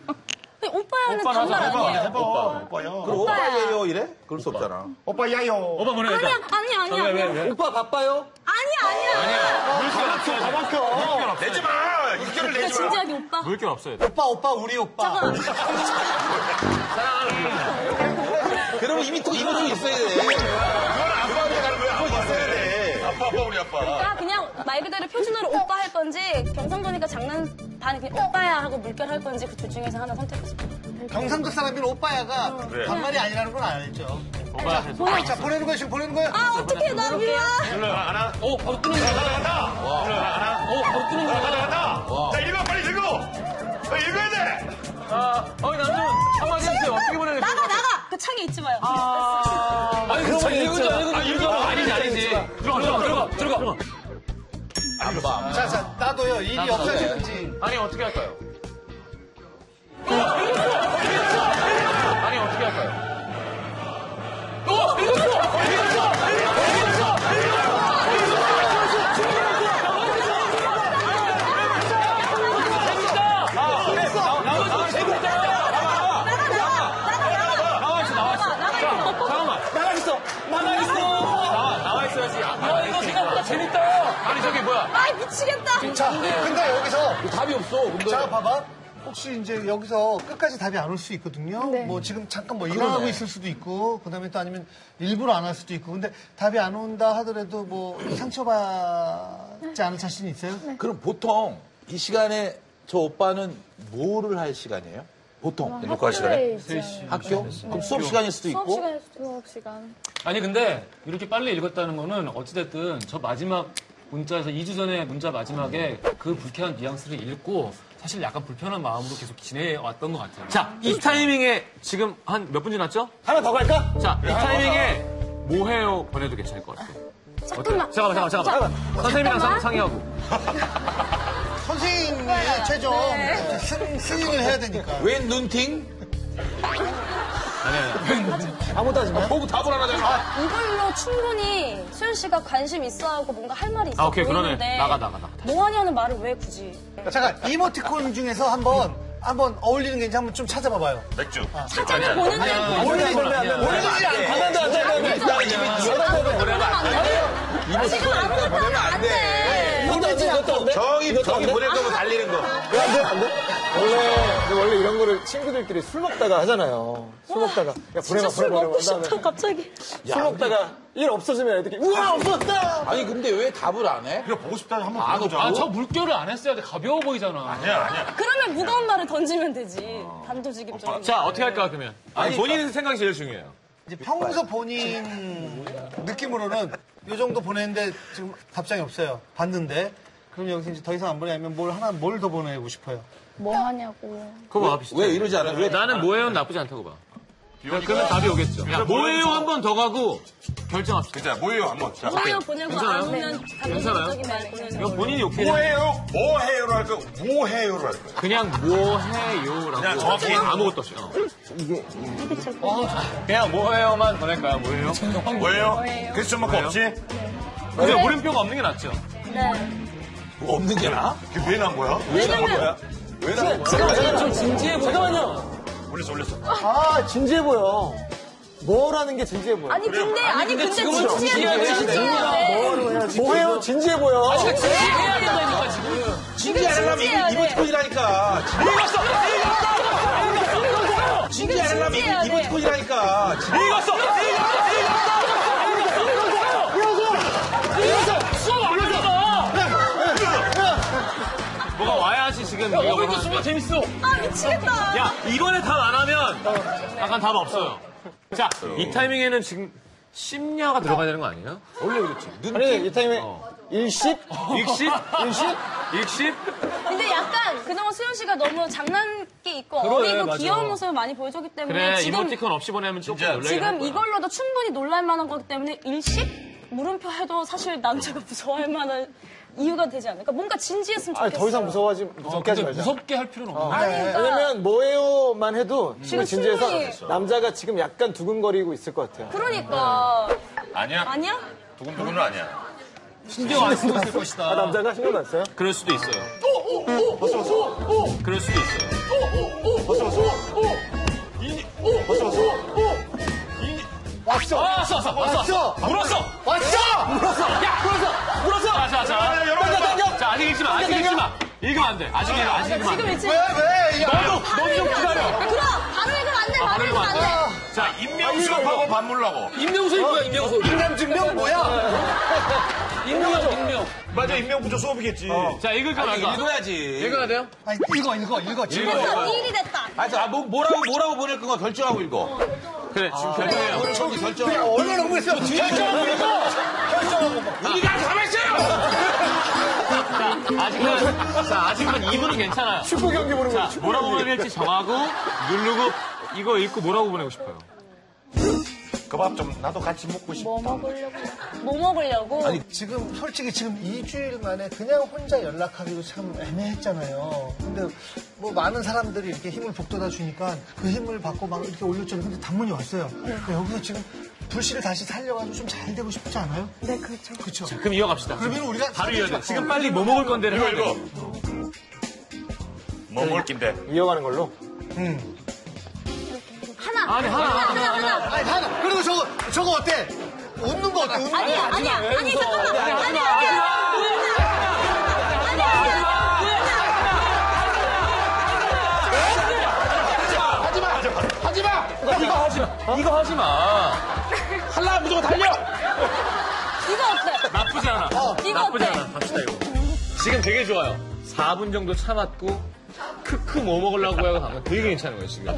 Speaker 7: 오빠야는 정말 아니에요.
Speaker 10: 오빠 오빠야.
Speaker 5: 그리고 오빠예요, 이래? 그럴 수 없잖아.
Speaker 10: 오빠야요.
Speaker 3: 오빠 보내
Speaker 7: 아니야
Speaker 3: 일단.
Speaker 7: 아니야 아니야.
Speaker 4: 왜, 왜,
Speaker 7: 아니야
Speaker 4: 왜?
Speaker 5: 오빠 바빠요?
Speaker 7: 아니야. 아니야.
Speaker 10: 내지 마. 물결을
Speaker 7: 나
Speaker 10: 내지 마.
Speaker 7: 진지하게 오빠.
Speaker 3: 물결 없어요.
Speaker 6: 오빠 오빠 우리 오빠
Speaker 5: 그러면 이미 또 이모티콘 있어야 돼.
Speaker 10: 그건 아빠한테 가는 거야. 아빠 돼. 아빠 아빠 우리 아빠.
Speaker 7: 그러니까 그냥 말 그대로 표준어로 오빠 할 건지 경상도니까 장난 반 그냥 오빠야 하고 물결 할 건지 그 둘 중에서 하나 선택했어.
Speaker 6: 경상도 사람인 오빠야가
Speaker 7: 어.
Speaker 10: 그래.
Speaker 6: 반말이 아니라는 건 알죠.
Speaker 3: 오빠야. 그래서.
Speaker 6: 자 보내는 거야 지금 보내는 거야.
Speaker 7: 아 어떡해 나 미안.
Speaker 10: 하나 하나.
Speaker 3: 아. 어,
Speaker 4: 오 바로 뜨는 거야.
Speaker 10: 하나 하나. 하나 하나.
Speaker 4: 오 바로 뜨는 거야.
Speaker 10: 하나 하나. 자 일번 빨리 들고. 자, 읽어야 돼.
Speaker 3: 아, 어, 남준 한마디 해주세요. 어떻게 보내는
Speaker 7: 나가 나가 그 창에 있지 마요.
Speaker 4: 아니 그거 이거죠
Speaker 3: 아,
Speaker 4: 이거죠
Speaker 3: 이거
Speaker 4: 이거죠.
Speaker 3: 아니지, 아니지. 들어가, 들어가, 들어가, 들어가.
Speaker 6: 자, 자, 나도요. 일이 없어지는지.
Speaker 3: 아니, 어떻게 할까요? 아니, 어떻게 할까요?
Speaker 4: 아 이거 생각보다 재밌다.
Speaker 3: 아니, 저기 뭐야.
Speaker 7: 아 미치겠다.
Speaker 6: 자, 근데 여기서
Speaker 5: 답이 없어. 근데
Speaker 6: 자, 봐봐. 혹시 이제 여기서 끝까지 답이 안 올 수 있거든요.
Speaker 8: 네.
Speaker 6: 뭐 지금 잠깐 뭐
Speaker 8: 그러네.
Speaker 6: 일어나고 있을 수도 있고, 그 다음에 또 아니면 일부러 안 할 수도 있고. 근데 답이 안 온다 하더라도 뭐 상처받지 않을 자신 있어요?
Speaker 5: 그럼 보통 이 시간에 저 오빠는 뭐를 할 시간이에요? 보통
Speaker 8: 녹화 아, 학교에 시간에? 있죠.
Speaker 5: 학교? 그럼 수업
Speaker 4: 학교.
Speaker 5: 시간일 수도 있고.
Speaker 8: 수업 시간, 수업 시간.
Speaker 4: 아니 근데 이렇게 빨리 읽었다는 거는 어찌됐든 저 마지막 문자에서 2주 전에 문자 마지막에 그 불쾌한 뉘앙스를 읽고 사실 약간 불편한 마음으로 계속 지내왔던 것 같아요. 그러니까. 자, 이 타이밍에 지금 한 몇 분 지났죠?
Speaker 9: 하나 더 갈까?
Speaker 4: 자, 이 타이밍에 뭐해요 보내도 괜찮을 것 같아요.
Speaker 7: 어, 잠깐만.
Speaker 4: 잠깐만, 잠깐만, 잠깐만. 선생님이랑 상-
Speaker 7: 잠깐만.
Speaker 4: 상의하고.
Speaker 6: 선생님이
Speaker 7: 네.
Speaker 6: 최종 승, 승인을 해야 되니까.
Speaker 5: 웬 눈팅?
Speaker 4: 아니, 아니.
Speaker 6: 아무도 하지 마요.
Speaker 5: 보고 답을 안 하잖아.
Speaker 7: 이걸로 충분히 수현 씨가 관심 있어하고 뭔가 할 말이 있어
Speaker 6: 아, 오케이, 그러네.
Speaker 7: 보이는데
Speaker 6: 나가, 나가, 나가.
Speaker 7: 뭐하냐는 말을 왜 굳이?
Speaker 6: 잠깐, 이모티콘 중에서 한번, 한번 어울리는 게 있는지 한번 좀 찾아봐봐요.
Speaker 10: 맥주.
Speaker 7: 찾아는 보는데
Speaker 6: 아니야. 어울리지 않아. 어울리지 않아.
Speaker 9: 하나도 안 돼.
Speaker 7: 지금 아무것도 하면 안 돼.
Speaker 9: 이것도 안 돼. 이것도 안 돼.
Speaker 10: 저기,
Speaker 9: 이것도 안
Speaker 10: 저기
Speaker 9: 돼?
Speaker 10: 보낼 거면 달리는 거.
Speaker 9: 왜 안 돼? 안 돼? 원래, 원래 이런 거를 친구들끼리 술 먹다가 하잖아요. 술 먹다가. 야, 보내봐, 보내봐, 보내봐. 한 다음에
Speaker 7: 갑자기.
Speaker 9: 술 먹다가 일 없어지면 애들끼리, 우와, 없었다!
Speaker 5: 아니 근데 왜 답을 안 해?
Speaker 10: 그냥 보고 싶다는 한번
Speaker 4: 아, 아, 저 물결을 안 했어야 돼. 가벼워 보이잖아. 아니야, 아니야.
Speaker 7: 그러면 무거운 말을 던지면 되지. 단도직입적으로.
Speaker 4: 자, 어떻게 할까, 그러면?
Speaker 3: 아니, 본인
Speaker 4: 생각이 제일 중요해요.
Speaker 6: 이제 평소 본인 느낌으로는 요 정도 보냈는데 지금 답장이 없어요. 봤는데. 그럼 여기서 이제 더 이상 안 보내면 뭘 하나 뭘 더 보내고 싶어요.
Speaker 8: 뭐 하냐고.
Speaker 3: 그거 봐, 비슷해.
Speaker 5: 왜 이러지 않아요? 왜?
Speaker 3: 나는 뭐예요는 나쁘지 않다고 봐. 그러니까 그러면 답이 오겠죠. 야, 뭐예요 한 번 더 가고 결정합시다.
Speaker 10: 그자 뭐예요 한번.
Speaker 7: 뭐예요 보내고 안 오면 단도직입적인 말 보내는 거.
Speaker 3: 본인이 욕해.
Speaker 10: 뭐해요? 뭐해요로 할까? 뭐해요로 할까?
Speaker 3: 그냥 뭐해요라고.
Speaker 10: 그냥 정확히
Speaker 3: 아무것도 없이. 어. 그냥 뭐해요만 보낼까요? 뭐예요?
Speaker 10: 뭐예요? 그래서 좀밖에 없지?
Speaker 4: 근데 물음표가 없는 게 낫죠.
Speaker 7: 네.
Speaker 10: 뭐 없는 게 나? 그게 왜 나온 거야? 왜 나온 거야? 왜 나온 거야?
Speaker 9: 좀 진지해 보여. 잠깐만요.
Speaker 10: 올렸어 올렸어.
Speaker 9: 아, 진지해 보여. 뭐라는 게 진지해 보여.
Speaker 7: 아니 근데 아니 근데
Speaker 9: 지금은
Speaker 7: 진지해야 돼. 진지해야 돼.
Speaker 9: 뭐해요? 진지해 보여.
Speaker 7: 아니, 그러니까 진지해야 된다니까,
Speaker 9: 지금.
Speaker 7: 진지하려면 진지해야 네. 돼.
Speaker 10: 이모티콘이라니까.
Speaker 9: 읽었어!
Speaker 10: 진지하려면
Speaker 7: 진지해야 돼.
Speaker 10: 이모티콘이라니까.
Speaker 9: 읽었어!
Speaker 3: 뭐가 와야지 지금.
Speaker 4: 야,
Speaker 3: 우리가
Speaker 4: 어벤져스
Speaker 3: 원하는
Speaker 4: 보면 재밌어.
Speaker 7: 아 미치겠다.
Speaker 3: 야, 이번에 답 안 하면 약간 답 없어요. 자, 이 타이밍에는 지금 심야가 들어가야 되는 거 아니에요? 원래 그렇죠.
Speaker 9: 아니, 이 타임에 일십?
Speaker 3: 익십?
Speaker 9: 일십?
Speaker 3: 익십?
Speaker 7: 근데 약간 그동안 수현 씨가 너무 장난기 있고
Speaker 3: 그러네,
Speaker 7: 어리고
Speaker 3: 맞아.
Speaker 7: 귀여운 모습을 많이 보여줬기 때문에
Speaker 3: 그래,
Speaker 7: 지금
Speaker 3: 이모티콘 없이 보내면 조금 놀라긴 할
Speaker 7: 지금
Speaker 3: 거야.
Speaker 7: 이걸로도 충분히 놀랄 만한 거기 때문에 일식 물음표 해도 사실 남자가 무서워할 만한 이유가 되지 않을까? 뭔가 진지했으면
Speaker 9: 아니,
Speaker 7: 좋겠어.
Speaker 9: 더 이상 무서워하지, 무섭게 하지
Speaker 4: 근데
Speaker 9: 말자.
Speaker 4: 무섭게 할 필요는 없는
Speaker 9: 어.
Speaker 4: 거
Speaker 7: 그러니까.
Speaker 9: 왜냐면 뭐예요만 해도
Speaker 7: 지금
Speaker 9: 지금 진지해서
Speaker 7: 충분히-
Speaker 9: 남자가 지금 약간 두근거리고 있을 것 같아요.
Speaker 7: 그러니까
Speaker 10: 아니야.
Speaker 7: 아니야?
Speaker 10: 두근두근은 아니야.
Speaker 4: 신경 안 쓰고 있을 것이다.
Speaker 9: 아, 남자가 신경 안 써요?
Speaker 3: 그럴 수도 있어요.
Speaker 9: 벌써
Speaker 3: 그럴 수도 있어요.
Speaker 9: 왔어!
Speaker 4: 아, 왔어, 왔어, 왔어. 물었어.
Speaker 9: 왔어! 물었어!
Speaker 4: 야,
Speaker 9: 물었어! 물었어!
Speaker 4: 자, 자, 자.
Speaker 9: 여러분, 여러분.
Speaker 4: 자, 아직 읽지 마. 아직 읽지 마. 읽으면 안 돼. 아직 읽으면 아직 읽으면 안
Speaker 7: 지금
Speaker 4: 돼.
Speaker 7: 일찍
Speaker 6: 왜?
Speaker 4: 너도, 너도 좀 기다려.
Speaker 7: 그럼 바로 읽으면 안 돼. 바로 읽으면 안 돼.
Speaker 4: 자,
Speaker 10: 임명 수업하고 밥 물라고.
Speaker 4: 임명소이 뭐야, 임명소.
Speaker 6: 인감 증명 뭐야?
Speaker 4: 임명, 임명.
Speaker 10: 맞아 임명 부조 수업이겠지.
Speaker 4: 자, 읽을까 말까?
Speaker 5: 읽어야지.
Speaker 4: 읽어야 돼요?
Speaker 6: 아니, 읽어, 읽어, 읽어. 지금.
Speaker 7: 그래서 일이 됐다.
Speaker 5: 아니, 저, 아, 뭐, 뭐라고, 뭐라고 보낼 건가 결정하고 읽어.
Speaker 4: 그래, 지금 결정해요.
Speaker 5: 오늘 저기 결정.
Speaker 6: 얼른 엉글했어
Speaker 4: 우리가 가만있어요! 아직은, 자, 아직은 2분은 괜찮아요.
Speaker 9: 축구 경기 보는 거야.
Speaker 4: 자,
Speaker 9: 축구
Speaker 4: 뭐라고
Speaker 9: 경기.
Speaker 4: 보낼지 정하고, 누르고, 이거 읽고 뭐라고 보내고 싶어요?
Speaker 10: 그 밥 좀 나도 같이 먹고
Speaker 8: 뭐
Speaker 10: 싶어.
Speaker 8: 먹으려고.
Speaker 7: 뭐 먹으려고?
Speaker 6: 지금 솔직히 지금 2주일 만에 그냥 혼자 연락하기도 참 애매했잖아요. 근데 뭐 많은 사람들이 이렇게 힘을 북돋아 주니까 그 힘을 받고 막 이렇게 올렸잖아요. 근데 단문이 왔어요. 근데 여기서 지금 불씨를 다시 살려가지고 좀 잘 되고 싶지 않아요? 네, 그렇죠. 그렇죠.
Speaker 4: 그럼 이어갑시다.
Speaker 6: 그러면 우리가
Speaker 4: 바로
Speaker 6: 사진
Speaker 4: 이어야 돼.
Speaker 6: 찍어.
Speaker 4: 지금 빨리 뭐 먹을 건데를
Speaker 10: 이거
Speaker 4: 해야 돼.
Speaker 10: 이거. 뭐 먹을 낀데.
Speaker 9: 이어가는 걸로.
Speaker 6: 응.
Speaker 7: 하나.
Speaker 4: 아니, 하나, 하나, 하나.
Speaker 6: 아니, 하나. 그리고 저거, 저거 어때? 웃는 거 어때? 웃는 거.
Speaker 7: 아니야, 아니야. 아니, 잠깐만. 아니야, 아니야. 아니야, 아니야.
Speaker 3: 이거 하지 마.
Speaker 5: 할라 무조건 달려.
Speaker 7: 이거 어때?
Speaker 3: 나쁘지 않아.
Speaker 7: 이거
Speaker 3: 나쁘지
Speaker 7: 어때?
Speaker 3: 않아. 갑시다 이거. 지금 되게 좋아요. 4분 정도 참았고 크크 뭐 먹으려고 하고 가면 되게 괜찮은 거예요 지금.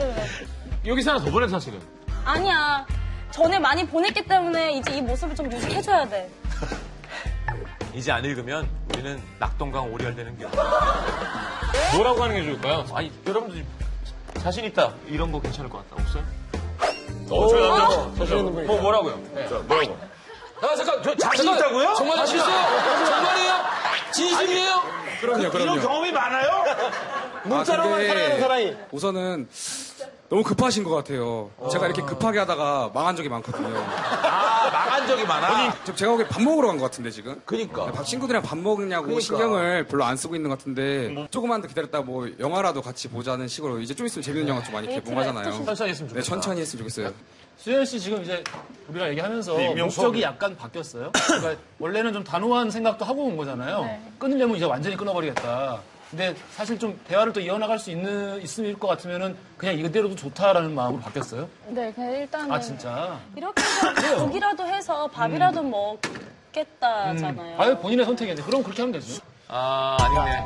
Speaker 3: 여기서 하나 더 보내 사실은.
Speaker 7: 아니야. 전에 많이 보냈기 때문에 이제 이 모습을 좀 유지해줘야 돼.
Speaker 4: 이제 안 읽으면 우리는 낙동강 오리알 되는 게
Speaker 3: 뭐라고 하는 게 좋을까요? 아니 여러분들 자신 있다 이런 거 괜찮을 것 같다 없어요?
Speaker 10: 어, 저 남자
Speaker 3: 어?
Speaker 10: 저, 저,
Speaker 3: 뭐 뭐라고요?
Speaker 10: 저, 뭐라고?
Speaker 4: 아 잠깐 저
Speaker 10: 자신
Speaker 4: 잠깐,
Speaker 10: 있다고요?
Speaker 4: 정말 자신 있어요? 정말이에요? 진심이에요?
Speaker 10: 그럼요, 그럼요. 이런 경험이 많아요?
Speaker 12: 근데
Speaker 10: 문자로만 살아가는 사람이.
Speaker 12: 우선은 너무 급하신 것 같아요. 제가 이렇게 급하게 하다가 망한 적이 많거든요.
Speaker 5: 아, 망한 적이 많아.
Speaker 12: 저- 제가 보기에 밥 먹으러 간 것 같은데 지금.
Speaker 5: 그니까.
Speaker 12: 밥 친구들이랑 밥 먹으냐고
Speaker 5: 그러니까.
Speaker 12: 신경을 별로 안 쓰고 있는 것 같은데 조금만 더 기다렸다 뭐 영화라도 같이 보자는 식으로 이제 좀 있으면 재밌는 영화 좀 많이 개봉하잖아요.
Speaker 4: 천천히 했으면
Speaker 12: 네,
Speaker 4: 좋겠다.
Speaker 12: 천천히 했으면 좋겠어요.
Speaker 4: 수현 씨 지금 이제 우리가 얘기하면서
Speaker 12: 네,
Speaker 4: 목적이
Speaker 12: 익명 수업이요.
Speaker 4: 약간 바뀌었어요. 그러니까 원래는 좀 단호한 생각도 하고 온 거잖아요.
Speaker 8: 네.
Speaker 4: 끊으려면 이제 완전히 끊어버리겠다. 근데 사실 좀 대화를 또 이어나갈 수 있는 있을 것 같으면은 그냥 이대로도 좋다라는 마음으로 바뀌었어요.
Speaker 8: 네, 그냥 일단은
Speaker 4: 아 진짜.
Speaker 7: 이렇게 해서 고기라도 해서 밥이라도 음. 먹겠다잖아요.
Speaker 4: 아유 본인의 선택인데 그럼 그렇게 하면 되죠.
Speaker 3: 아 아니네.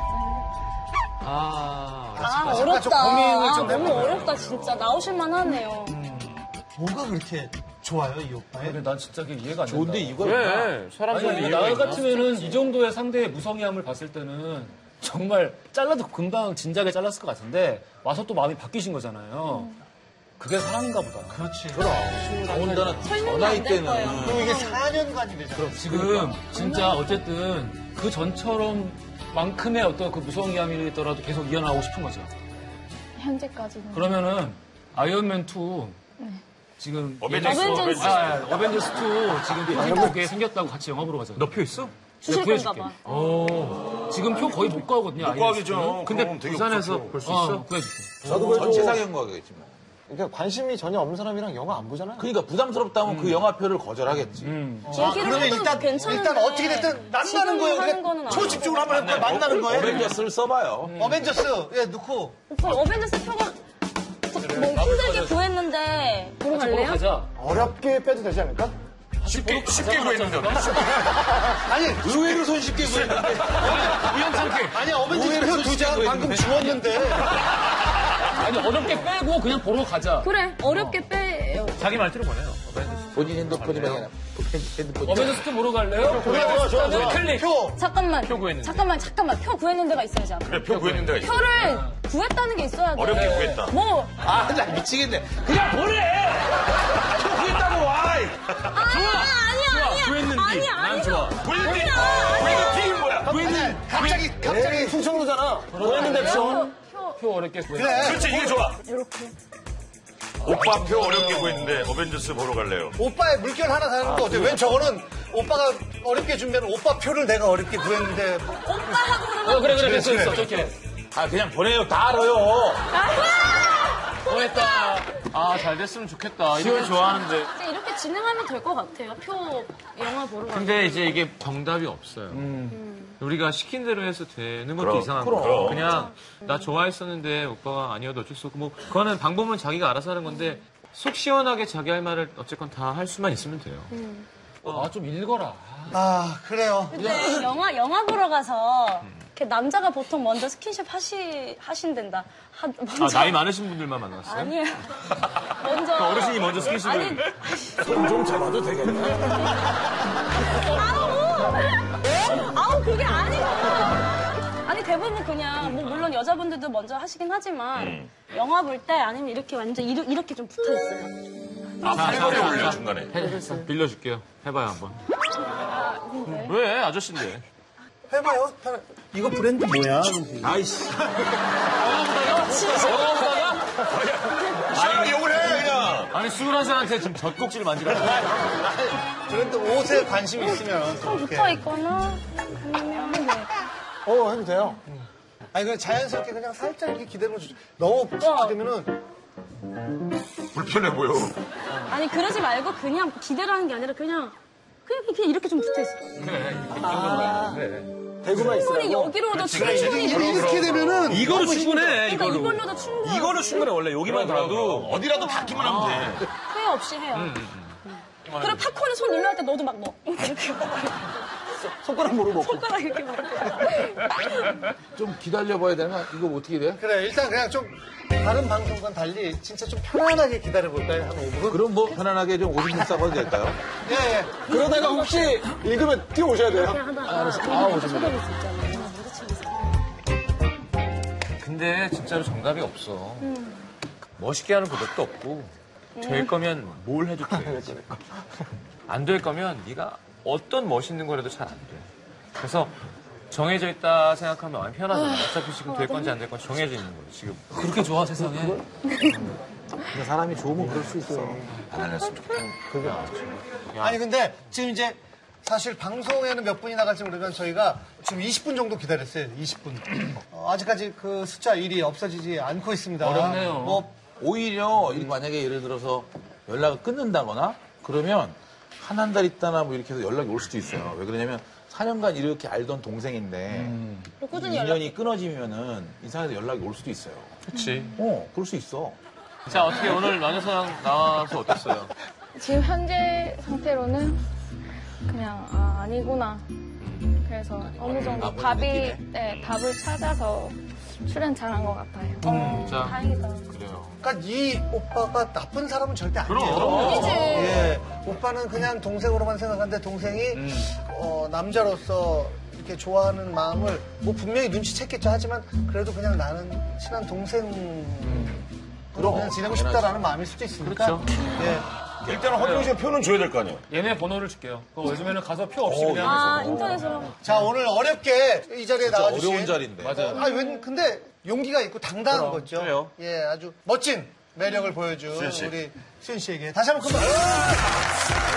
Speaker 3: 아.
Speaker 7: 아,
Speaker 4: 잠깐,
Speaker 7: 어렵다.
Speaker 4: 좀 고민을
Speaker 7: 아,
Speaker 4: 좀
Speaker 7: 너무
Speaker 4: 해봐요.
Speaker 7: 어렵다, 진짜. 나오실만 하네요.
Speaker 6: 뭐가 그렇게 좋아요, 이 오빠의?
Speaker 4: 근데 난 진짜 그게 이해가 안 된다.
Speaker 5: 좋은데 이걸
Speaker 4: 왜?
Speaker 5: 사람 사는
Speaker 4: 아니,
Speaker 5: 이유가
Speaker 4: 나
Speaker 5: 있나?
Speaker 4: 같으면은 이 정도의 상대의 무성의함을 봤을 때는 정말 잘라도 금방 진작에 잘랐을 것 같은데 와서 또 마음이 바뀌신 거잖아요. 그게 사랑인가 보다. 그렇지. 그럼.
Speaker 5: 더군다나
Speaker 4: 전화 이때는.
Speaker 6: 그리고 이게 4년간이래잖아. 그럼
Speaker 4: 지금 진짜 어쨌든 그 전처럼 만큼의 어떤 그 무성의함이더라도 계속 이어나가고 싶은 거죠.
Speaker 8: 현재까지는
Speaker 4: 그러면은 아이언맨 2
Speaker 8: 네.
Speaker 4: 지금
Speaker 8: 어벤져스,
Speaker 4: 예능-
Speaker 8: 어벤져스.
Speaker 4: 아, 아, 어벤져스 2 지금 표 한국에 생겼다고 같이 영화 보러 가잖아요. 너 표 있어?
Speaker 7: 주실
Speaker 4: 구해줄게.
Speaker 7: 건가 봐.
Speaker 4: 오, 지금 표 거의 못 가거든요.
Speaker 10: 못 가겠죠.
Speaker 4: 아이언맨 2는.
Speaker 10: 그럼
Speaker 4: 근데
Speaker 10: 되게
Speaker 4: 부산에서
Speaker 10: 없었죠.
Speaker 4: 볼 수
Speaker 10: 어,
Speaker 4: 있어? 구해줄게.
Speaker 5: 저도
Speaker 10: 그걸 좀-
Speaker 5: 전체상의 거겠지만.
Speaker 6: 그러니까 관심이 전혀 없는 사람이랑 영화 안 보잖아요.
Speaker 5: 그러니까 부담스럽다면 그 영화표를 거절하겠지.
Speaker 6: 아, 그러면 일단 일단 어떻게 됐든 만나는 거예요.
Speaker 7: 하는
Speaker 6: 그러니까
Speaker 7: 거는
Speaker 6: 초집중으로 한번 해볼까요? 만나는 거예요.
Speaker 5: 어벤져스를 써봐요.
Speaker 6: 어벤져스 예 넣고
Speaker 7: 오빠, 어벤져스 표가 뭐 힘들게 구했는데. 보러
Speaker 6: 갈래요?
Speaker 9: 어렵게 빼도 되지 않을까?
Speaker 10: 쉽게, 쉽게 구했는데.
Speaker 6: 아니
Speaker 5: 의외로 손쉽게 구했는데.
Speaker 4: 우연찮게.
Speaker 6: 아니 어벤져스 그
Speaker 4: 의외로
Speaker 6: 표두 장
Speaker 4: 손쉽게
Speaker 6: 방금
Speaker 4: 구했는데.
Speaker 6: 주웠는데.
Speaker 4: 아니, 어렵게 빼고 그냥 보러 가자.
Speaker 7: 그래, 어렵게 빼요.
Speaker 4: 자기 말대로 보내요.
Speaker 5: 본인 핸드폰이 그냥 핸드폰.
Speaker 4: 어벤져스 2 보러 갈래요?
Speaker 7: 좋아, 좋아, 좋아.
Speaker 4: 클릭.
Speaker 7: 잠깐만.
Speaker 4: 표 구했는데.
Speaker 7: 잠깐만, 잠깐만. 표 구했는 데가 있어야지. 앞에.
Speaker 10: 그래, 표 구했는 데가 있어.
Speaker 7: 표를 구했다는 게 있어야 돼.
Speaker 10: 어렵게 구했다.
Speaker 7: 뭐,
Speaker 5: 아, 나 미치겠네. 그냥 보내! 저 구했다고 와!
Speaker 7: 아니야, 아니야, 아니야.
Speaker 5: 구했는데.
Speaker 7: 아니야,
Speaker 5: 난
Speaker 7: 아니죠.
Speaker 5: 좋아.
Speaker 7: 아니야,
Speaker 10: 이게 뭐야?
Speaker 6: 아니, 갑자기 갑자기 충청도잖아.
Speaker 4: 구했는데 표.
Speaker 7: 표.
Speaker 4: 표 어렵게 구했
Speaker 6: 그래.
Speaker 10: 그렇지, 이게 좋아.
Speaker 7: 이렇게.
Speaker 10: 오빠 표 어렵게 구했는데 어벤져스 보러 갈래요.
Speaker 6: 오빠의 물결 하나 사는 거 어때? 왜 저거는 오빠가 어렵게 준비한 오빠 표를 내가 어렵게 구했는데
Speaker 7: 오빠하고
Speaker 4: 어, 그래, 그래, 됐어, 됐어. 좋게.
Speaker 5: 아, 그냥 보내요. 다 알아요.
Speaker 3: 뭐
Speaker 4: 보냈다. 아, 잘 됐으면 좋겠다. 이런 거 좋아하는데.
Speaker 7: 이제 이렇게 진행하면 될 것 같아요. 표 영화 보러 가면.
Speaker 3: 근데 이제 이게 정답이 없어요.
Speaker 5: 음.
Speaker 3: 우리가 시킨 대로 해서 되는 것도
Speaker 10: 그럼,
Speaker 3: 이상한
Speaker 10: 그럼.
Speaker 3: 거예요.
Speaker 10: 그럼.
Speaker 3: 그냥 나 좋아했었는데 오빠가 아니어도 어쩔 수 없고 뭐 그거는 방법은 자기가 알아서 하는 건데 속 시원하게 자기 할 말을 어쨌건 다 할 수만 있으면 돼요.
Speaker 4: 아, 좀 읽어라.
Speaker 6: 아 그래요.
Speaker 7: 근데 네, 영화 영화 보러 가서 이렇게 남자가 보통 먼저 스킨십 하시 하신댄다. 하,
Speaker 3: 아,
Speaker 7: 먼저
Speaker 3: 나이 많으신 분들만 만났어요?
Speaker 7: 아니에요. 먼저
Speaker 3: 그 어르신이 먼저 스킨십을.
Speaker 7: 아니
Speaker 5: 손좀 잡아도 되겠네.
Speaker 7: 아우 아우 그게 아니고 아니 대부분 그냥 뭐 물론 여자분들도 먼저 하시긴 하지만
Speaker 3: 음.
Speaker 7: 영화 볼 때 아니면 이렇게 완전 이르- 이렇게 좀 붙어 있어요.
Speaker 10: 아,
Speaker 3: 자,
Speaker 10: 팔걸이
Speaker 3: 자,
Speaker 10: 올려,
Speaker 3: 자.
Speaker 10: 중간에.
Speaker 5: 네.
Speaker 3: 해- 빌려줄게요. 해봐요, 한번.
Speaker 7: 아, 네.
Speaker 8: 근데
Speaker 3: 왜? 아저씨인데.
Speaker 6: 해봐요. 이거 브랜드 뭐야?
Speaker 5: 아이씨.
Speaker 3: 아,
Speaker 10: 아니, 욕을 해, 그냥.
Speaker 3: 아니, 수은 씨한테 지금 젖꼭지를 만지라고.
Speaker 6: 브랜드 옷에 관심이 있으면
Speaker 7: 좀
Speaker 6: 그렇게.
Speaker 7: 붙어 있거나 아니면 네.
Speaker 6: 어 해도 돼요. 아니 그냥 자연스럽게 그냥 살짝 이렇게 기대는 거죠. 너무 기대면은
Speaker 10: 불편해 보여.
Speaker 7: 아니 그러지 말고 그냥 기대라는 게 아니라 그냥 그냥, 그냥 이렇게 좀 붙어 있을 거예요.
Speaker 4: 그래.
Speaker 7: 아.
Speaker 4: 그래.
Speaker 9: 대구만 있어요.
Speaker 7: 충분히 여기로도
Speaker 9: 그렇지, 그렇지.
Speaker 7: 충분히
Speaker 5: 네,
Speaker 9: 이렇게 되면은
Speaker 10: 이거로
Speaker 9: 너무
Speaker 10: 충분해.
Speaker 7: 그러니까
Speaker 10: 이걸로.
Speaker 7: 이걸로도 충분해.
Speaker 10: 이걸로 충분해. 원래 여기만
Speaker 4: 그럼, 그럼,
Speaker 10: 가도 어디라도 닿기만 하면 돼.
Speaker 7: 후회 없이 해요.
Speaker 5: 음,
Speaker 7: 음. 그럼 팝콘에 손 일로 할 때 너도 막 넣어. 이렇게.
Speaker 5: 손가락 모르고
Speaker 7: 손가락 이렇게 막.
Speaker 5: 좀 기다려봐야 되나? 이거 어떻게 돼?
Speaker 6: 그래 일단 그냥 좀 다른 방송과 달리 진짜 좀 편안하게 기다려볼까요? 한 5분?
Speaker 5: 그럼 뭐 편안하게 좀 50분 싸봐도 될까요?
Speaker 6: 예, 예.
Speaker 9: 그러다가 혹시 읽으면 뛰어오셔야 돼요.
Speaker 5: 아, 오십니다.
Speaker 3: 근데 진짜로 정답이 없어.
Speaker 7: 음.
Speaker 3: 멋있게 하는 고백도 없고 될
Speaker 4: 음.
Speaker 3: 거면 뭘 해도 돼야지. 안될 거면 네가 어떤 멋있는 거라도 잘 안 돼. 그래서 정해져 있다 생각하면 마음이 편하잖아. 어차피 지금 될 건지 안 될 건지 정해져 있는 거야 지금.
Speaker 7: 음.
Speaker 4: 그렇게 좋아 세상에.
Speaker 5: 근데 사람이 좋으면 그럴 수 있어. 안 알렸으면 좋겠다. 그게 나았죠.
Speaker 6: 아니 근데 지금 이제 사실 방송에는 몇 분이 나갈지 모르지만 저희가 지금 20분 정도 기다렸어요. 20분. 어, 아직까지 그 숫자 1이 없어지지 않고 있습니다. 뭐
Speaker 5: 오히려 이 만약에 예를 들어서 연락을 끊는다거나 그러면 한 한 달 있다나 뭐 이렇게 해서 연락이 올 수도 있어요. 왜 그러냐면 4년간 이렇게 알던 동생인데
Speaker 7: 꾸준히 연락.
Speaker 5: 인연이 끊어지면은 이 사이에서 연락이 올 수도 있어요.
Speaker 3: 그렇지.
Speaker 5: 어, 그럴 수 있어.
Speaker 3: 자 어떻게 오늘 마녀사랑 나와서 어땠어요?
Speaker 8: 지금 현재 상태로는 그냥 아, 아니구나. 그래서 어느 정도
Speaker 3: 아무리
Speaker 8: 답이
Speaker 3: 느끼네.
Speaker 8: 네, 답을 찾아서 출연 잘한 것 같아요.
Speaker 3: 음.
Speaker 8: 어,
Speaker 3: 자,
Speaker 8: 다행이다.
Speaker 3: 그래요.
Speaker 6: 그러니까 이 오빠가 나쁜 사람은 절대 아니에요.
Speaker 3: 그럼. 아니지.
Speaker 6: 예, 오빠는 그냥 동생으로만 생각하는데 동생이 어, 남자로서 이렇게 좋아하는 마음을 뭐 분명히 눈치챘겠죠 하지만 그래도 그냥 나는 친한 동생 그럼 그냥 지내고 싶다라는 마음일 수도 있으니까
Speaker 4: 그렇죠.
Speaker 6: 예.
Speaker 10: 아. 일단은 허경영 씨가 표는 줘야 될 거 아니에요?
Speaker 4: 얘네 번호를 줄게요. 그거 요즘에는 가서 표 없이
Speaker 10: 어,
Speaker 4: 그냥.
Speaker 10: 아,
Speaker 4: 해서.
Speaker 7: 인터넷으로.
Speaker 6: 자 오늘 어렵게 이 자리에
Speaker 4: 진짜
Speaker 6: 나와주신
Speaker 4: 어려운 자리인데. 맞아요.
Speaker 6: 아웬 근데 용기가 있고 당당한 거죠. 예 아주 멋진 매력을
Speaker 4: 음.
Speaker 6: 보여준
Speaker 10: 수현 씨.
Speaker 6: 우리 수현 씨에게 다시 한번 큰 예. 박수.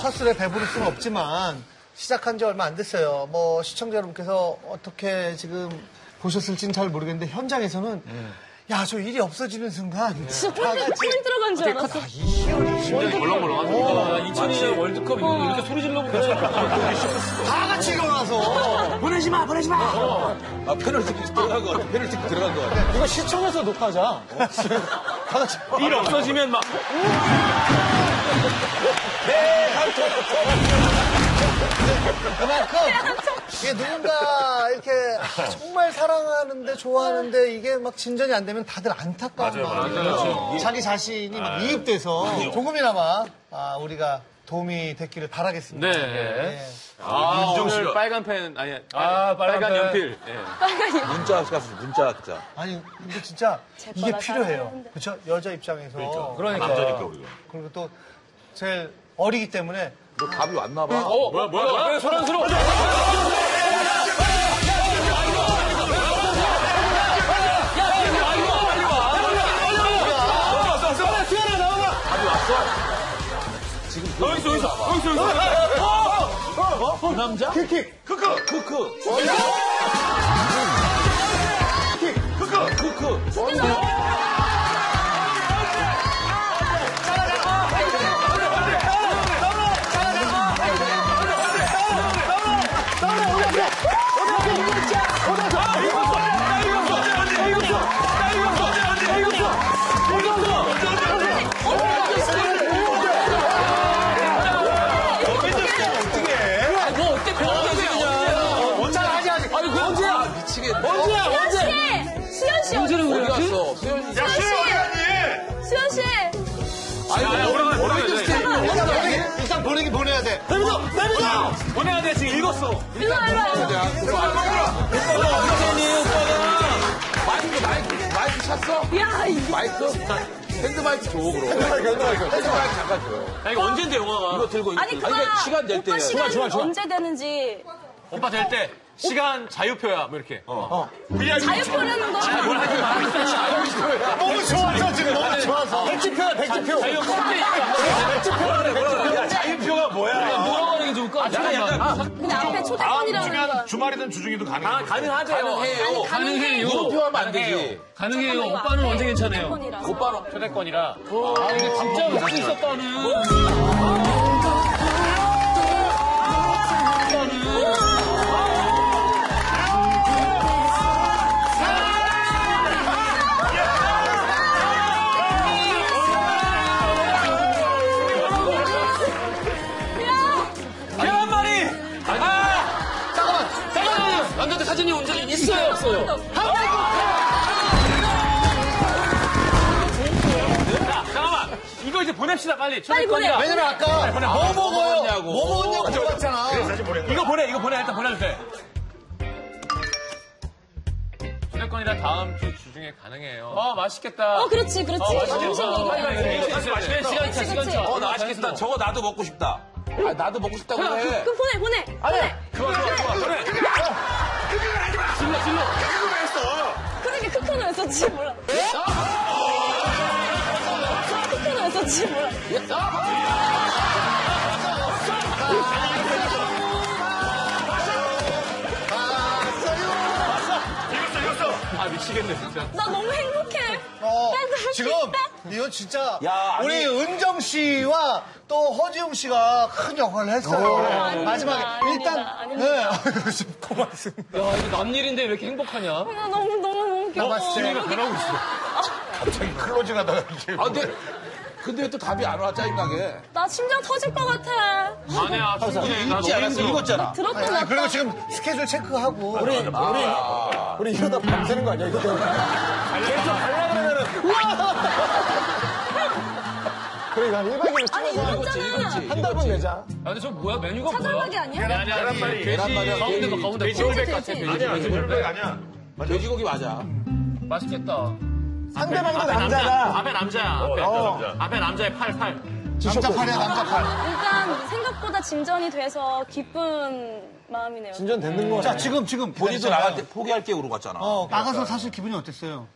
Speaker 6: 첫술에 배부를 수는 없지만 시작한 지 얼마 안 됐어요. 뭐 시청자 여러분께서 어떻게 지금 보셨을지는 잘 모르겠는데 현장에서는
Speaker 4: 예.
Speaker 6: 야 저 일이 없어지는 순간
Speaker 7: 진짜 팬, 팬 들어간
Speaker 5: 아,
Speaker 7: 줄 알았어.
Speaker 4: 심장이 벌렁벌렁하죠.
Speaker 6: 어,
Speaker 4: 2002년 월드컵 이후 이렇게 소리
Speaker 5: 어.
Speaker 4: 질러보고
Speaker 6: 다 같이 일어나서
Speaker 9: 보내지 마, 보내지 마.
Speaker 5: 아, 페널티 들어간 것 같아. 페널티 들어간 것 같아. 어?
Speaker 6: 이거 시청에서 녹화하자. 다 같이.
Speaker 4: 일 없어지면 막.
Speaker 6: 그만큼 이게 누군가 이렇게 아, 정말 사랑하는데 좋아하는데 이게 막 진전이 안 되면 다들 안타까운
Speaker 9: 맞아요, 맞아요.
Speaker 6: 마음이에요. 어.
Speaker 9: 그렇죠.
Speaker 6: 자기 자신이 막
Speaker 9: 아,
Speaker 6: 이입돼서
Speaker 9: 아니요.
Speaker 6: 조금이나마 아, 우리가 도움이 됐기를 바라겠습니다.
Speaker 3: 네.
Speaker 6: 예.
Speaker 3: 아,
Speaker 6: 윤정
Speaker 3: 오늘
Speaker 6: 씨가.
Speaker 3: 빨간 펜 아니
Speaker 6: 아, 빨간
Speaker 3: 빨간
Speaker 6: 펜.
Speaker 3: 연필. 예.
Speaker 5: 문자 학자 갔어, 문자 학자.
Speaker 6: 아니 근데 진짜 이게
Speaker 5: 거라
Speaker 6: 필요해요. 그렇죠? 여자 입장에서.
Speaker 5: 그러니까. 남자니까, 우리가.
Speaker 6: 그리고 또 제일 어리기 때문에
Speaker 5: 너 답이 왔나 봐.
Speaker 6: 어,
Speaker 5: 뭐야,
Speaker 6: 뭐야, 뭐야? 왜 소란스러워?
Speaker 5: 지금
Speaker 9: 여기 있어, 여기 있어, 여기 있어, 여기 있어.
Speaker 5: 어, 어, 어, 그 남자?
Speaker 9: 킥킥.
Speaker 5: 크크. 크크.
Speaker 9: 크크.
Speaker 5: 크크.
Speaker 9: 언제야, 언제?
Speaker 7: 언제? 수현 씨. 언제
Speaker 5: 어디 갔어? 수현 씨.
Speaker 7: 야, 수현 씨 어디 수현 씨.
Speaker 5: 아니, 오라고, 오라고.
Speaker 6: 일단 보내기- 일단 보내기 보내야 돼.
Speaker 9: 내밀어, 내밀어.
Speaker 4: 보내야 돼, 지금 읽었어.
Speaker 7: 일로 와, 일로 와.
Speaker 5: 마이크, 마이크, 마이크 찼어?
Speaker 7: 야, 이게.
Speaker 5: 마이크? 자, 핸드마이크 줘, 그럼. 핸드마이크, 핸드마이크 잠깐 줘요.
Speaker 4: 야, 이거 언젠데, 영화가.
Speaker 5: 이거 들고, 이거
Speaker 7: 아니
Speaker 5: 들고.
Speaker 7: 그만.
Speaker 5: 아니, 시간 될
Speaker 7: 오빠
Speaker 5: 때예요.
Speaker 7: 시간 언제 되는지.
Speaker 4: 오빠 될 때, 시간 자유표야, 뭐 이렇게. 어.
Speaker 7: 자유표라는 거.
Speaker 9: 너무 좋아서 지금 너무 좋아서. 백지표야, 백지표. 백지표.
Speaker 10: 자유표가
Speaker 9: 아.
Speaker 10: 뭐야?
Speaker 4: 누가 가는 게 좋을까?
Speaker 10: 아, 나는 약간
Speaker 7: 근데 앞에 초대권이라는
Speaker 10: 다음
Speaker 7: 거.
Speaker 10: 주간 주말이든 주중이든 가능해요.
Speaker 5: 아,
Speaker 4: 가능하죠.
Speaker 7: 아니, 가능해요.
Speaker 5: 무릎표하면 안 되지.
Speaker 4: 가능해요.
Speaker 7: 잠깐만,
Speaker 4: 오빠는
Speaker 7: 이거
Speaker 4: 언제
Speaker 7: 앞에
Speaker 4: 괜찮아요. 아,
Speaker 7: 초대권이라서.
Speaker 4: 오빠는
Speaker 9: 아,
Speaker 4: 초대권이라. 아, 근데 진짜 웃을 수 없다는.
Speaker 3: 아! 만난 적이 있어요, 없어요? 자, 잠깐만. 이거 이제 보냅시다, 빨리.
Speaker 9: 빨리 보내.
Speaker 3: 거니까.
Speaker 9: 왜냐면 아까
Speaker 3: 빨리 보내.
Speaker 9: 뭐
Speaker 3: 아,
Speaker 9: 먹어요? 뭐 먹었냐고 물어봤잖아.
Speaker 3: 그래서
Speaker 9: 다시 보냈다.
Speaker 3: 이거 보내, 이거 보내. 일단 보내도 돼. 주례권이라 다음 주 주중에 가능해요. 어, 맛있겠다.
Speaker 7: 어, 그렇지, 그렇지.
Speaker 3: 어, 맛있겠다.
Speaker 7: 엄청
Speaker 3: 어,
Speaker 7: 얘기해요.
Speaker 3: 빨리, 빨리, 빨리, 빨리.
Speaker 7: 그렇지, 그렇지.
Speaker 3: 시간 차,
Speaker 7: 그렇지,
Speaker 3: 시간 차.
Speaker 7: 그렇지.
Speaker 5: 어, 나 맛있겠다. 저거 나도 먹고 싶다. 아, 나도 먹고 싶다고
Speaker 7: 그럼,
Speaker 5: 해.
Speaker 7: 그럼 보내, 보내. 보내.
Speaker 5: 그만, 그만, 그만, 그만.
Speaker 9: 그걸 하지 마.
Speaker 3: 질러, 질러.
Speaker 9: 그걸 왜 했어?
Speaker 7: 그러게 크크는 왜 썼지 몰라. 크크는 왜 썼지 몰라.
Speaker 3: 아, 미치겠네, 진짜.
Speaker 7: 나 너무 행복해.
Speaker 6: 어,
Speaker 7: 나 너무
Speaker 6: 지금
Speaker 7: 행복해.
Speaker 6: 이건 진짜
Speaker 9: 야, 아니.
Speaker 6: 우리 은정 씨와 또 허지웅 씨가 큰 역할을 했어요. 네.
Speaker 4: 어, 아닙니다,
Speaker 6: 마지막에
Speaker 7: 아닙니다,
Speaker 6: 일단 네.
Speaker 7: 아닙니다.
Speaker 4: 고맙습니다. 야, 이거 남 일인데 왜 이렇게 행복하냐?
Speaker 7: 어? 나 너무 너무 너무 귀여워.
Speaker 4: 재미가 변하고 있어.
Speaker 5: 갑자기 클로징 하다가 이게. 아, 근데, 근데 왜 또 답이 안 와, 짜증나게.
Speaker 7: 나 심장 터질 것 같아.
Speaker 3: 아니야, 충분해. 나
Speaker 5: 읽지
Speaker 3: 너무
Speaker 5: 않았어,
Speaker 3: 힘들어.
Speaker 5: 읽었잖아.
Speaker 7: 들었다
Speaker 6: 아니,
Speaker 7: 놨다.
Speaker 6: 그리고 지금 스케줄 체크하고 아.
Speaker 9: 우리, 우리, 우리 이러다 밤새는 거 아니야, 이거 때문에. 계속 가려고 그러면은. 우와! 그래, 이거 한 1박 2일
Speaker 7: 아니 이거잖아.
Speaker 9: 한 달만 내자.
Speaker 4: 아, 근데 저 뭐야? 메뉴가 뭐야?
Speaker 7: 사절박이 아니야?
Speaker 4: 아니, 아니,
Speaker 10: 계란말이.
Speaker 5: 계란말이.
Speaker 4: 돼지. 가운데 거, 가운데 거.
Speaker 3: 뭐?
Speaker 10: 돼지골백
Speaker 7: 같아, 돼지.
Speaker 10: 아니야, 돼지골백 아니야.
Speaker 5: 돼지고기 맞아.
Speaker 4: 맛있겠다.
Speaker 9: 상대방도
Speaker 3: 앞에
Speaker 9: 남자가.
Speaker 3: 앞에 아, 남자야.
Speaker 10: 어,
Speaker 3: 앞에.
Speaker 10: 남자, 남자.
Speaker 3: 앞에 남자의 팔, 팔.
Speaker 6: 남자 팔이야 남자 팔.
Speaker 7: 일단 생각보다 진전이 돼서 기쁜 마음이네요.
Speaker 9: 진전 되는 거야.
Speaker 6: 자 지금 지금
Speaker 5: 본인도
Speaker 6: 기다리잖아요.
Speaker 5: 나갈 때 포기할게 그러고 갔잖아.
Speaker 6: 어 나가서 사실 기분이 어땠어요?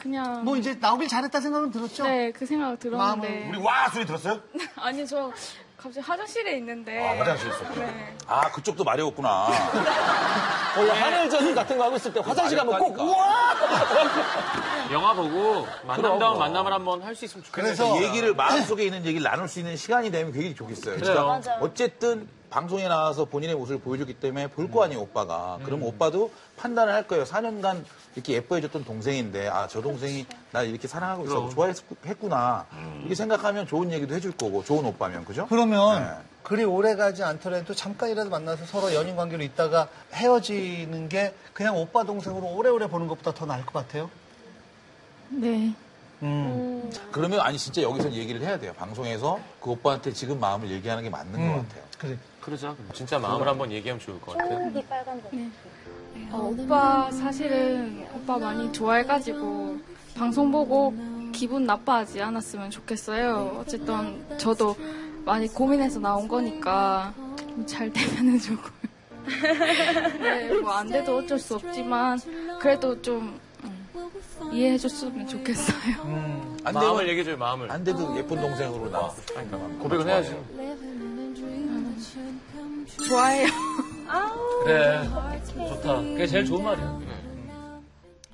Speaker 11: 그냥
Speaker 6: 뭐 이제 나오길 잘했다 생각은 들었죠?
Speaker 11: 네, 그 생각 들었는데.
Speaker 10: 우리 와 소리 들었어요?
Speaker 11: 아니, 저 갑자기 화장실에 있는데.
Speaker 10: 아, 화장실 있어.
Speaker 11: 네.
Speaker 5: 아, 그쪽도 마려웠구나.
Speaker 9: 원래 하늘전 같은 거 하고 있을 때 화장실 가면 꼭, 우와!
Speaker 3: 그러니까. 영화 보고 만남 다운 만남을 한번 할 수 있으면 좋겠어.
Speaker 5: 그래서 그러니까 얘기를 마음속에 있는 얘기를 나눌 수 있는 시간이 되면 굉장히 좋겠어요. 그러니까
Speaker 7: 맞아요.
Speaker 5: 어쨌든 방송에 나와서 본인의 모습을 보여줬기 때문에 볼 거 아니에요, 오빠가.
Speaker 3: 음.
Speaker 5: 그럼 오빠도 판단을 할 거예요. 4년간 이렇게 예뻐해줬던 동생인데, 아, 저 동생이 나 이렇게 사랑하고 있어. 좋아했구나.
Speaker 3: 음.
Speaker 5: 이렇게 생각하면 좋은 얘기도 해줄 거고, 좋은 오빠면, 그죠?
Speaker 6: 그러면
Speaker 5: 네.
Speaker 6: 그리 오래 가지 않더라도 잠깐이라도 만나서 서로 연인 관계로 있다가 헤어지는 게 그냥 오빠 동생으로 오래오래 보는 것보다 더 나을 것 같아요.
Speaker 11: 네.
Speaker 5: 그러면, 아니, 진짜 여기서 얘기를 해야 돼요. 방송에서 그 오빠한테 지금 마음을 얘기하는 게 맞는 것 같아요.
Speaker 6: 그래.
Speaker 3: 그러자. 그럼. 진짜 마음을 한번 얘기하면 좋을 것 같아.
Speaker 7: 쫑비 빨간 거.
Speaker 11: 어, 오빠 사실은 오빠 많이 좋아해가지고 방송 보고 기분 나빠하지 않았으면 좋겠어요. 어쨌든 저도 많이 고민해서 나온 거니까 잘 되면은 좋고. 네, 뭐 안 돼도 어쩔 수 없지만 그래도 좀 음, 이해해줬으면 좋겠어요.
Speaker 5: 안
Speaker 3: 마음을
Speaker 5: 되면,
Speaker 3: 얘기해줘요, 마음을. 그러니까.
Speaker 5: 안 돼도 예쁜 동생으로 나와.
Speaker 3: 고백은 해야지.
Speaker 11: 좋아해요.
Speaker 3: 네.
Speaker 7: 아우.
Speaker 4: 그래. 좋다. 그게 제일 좋은 말이야.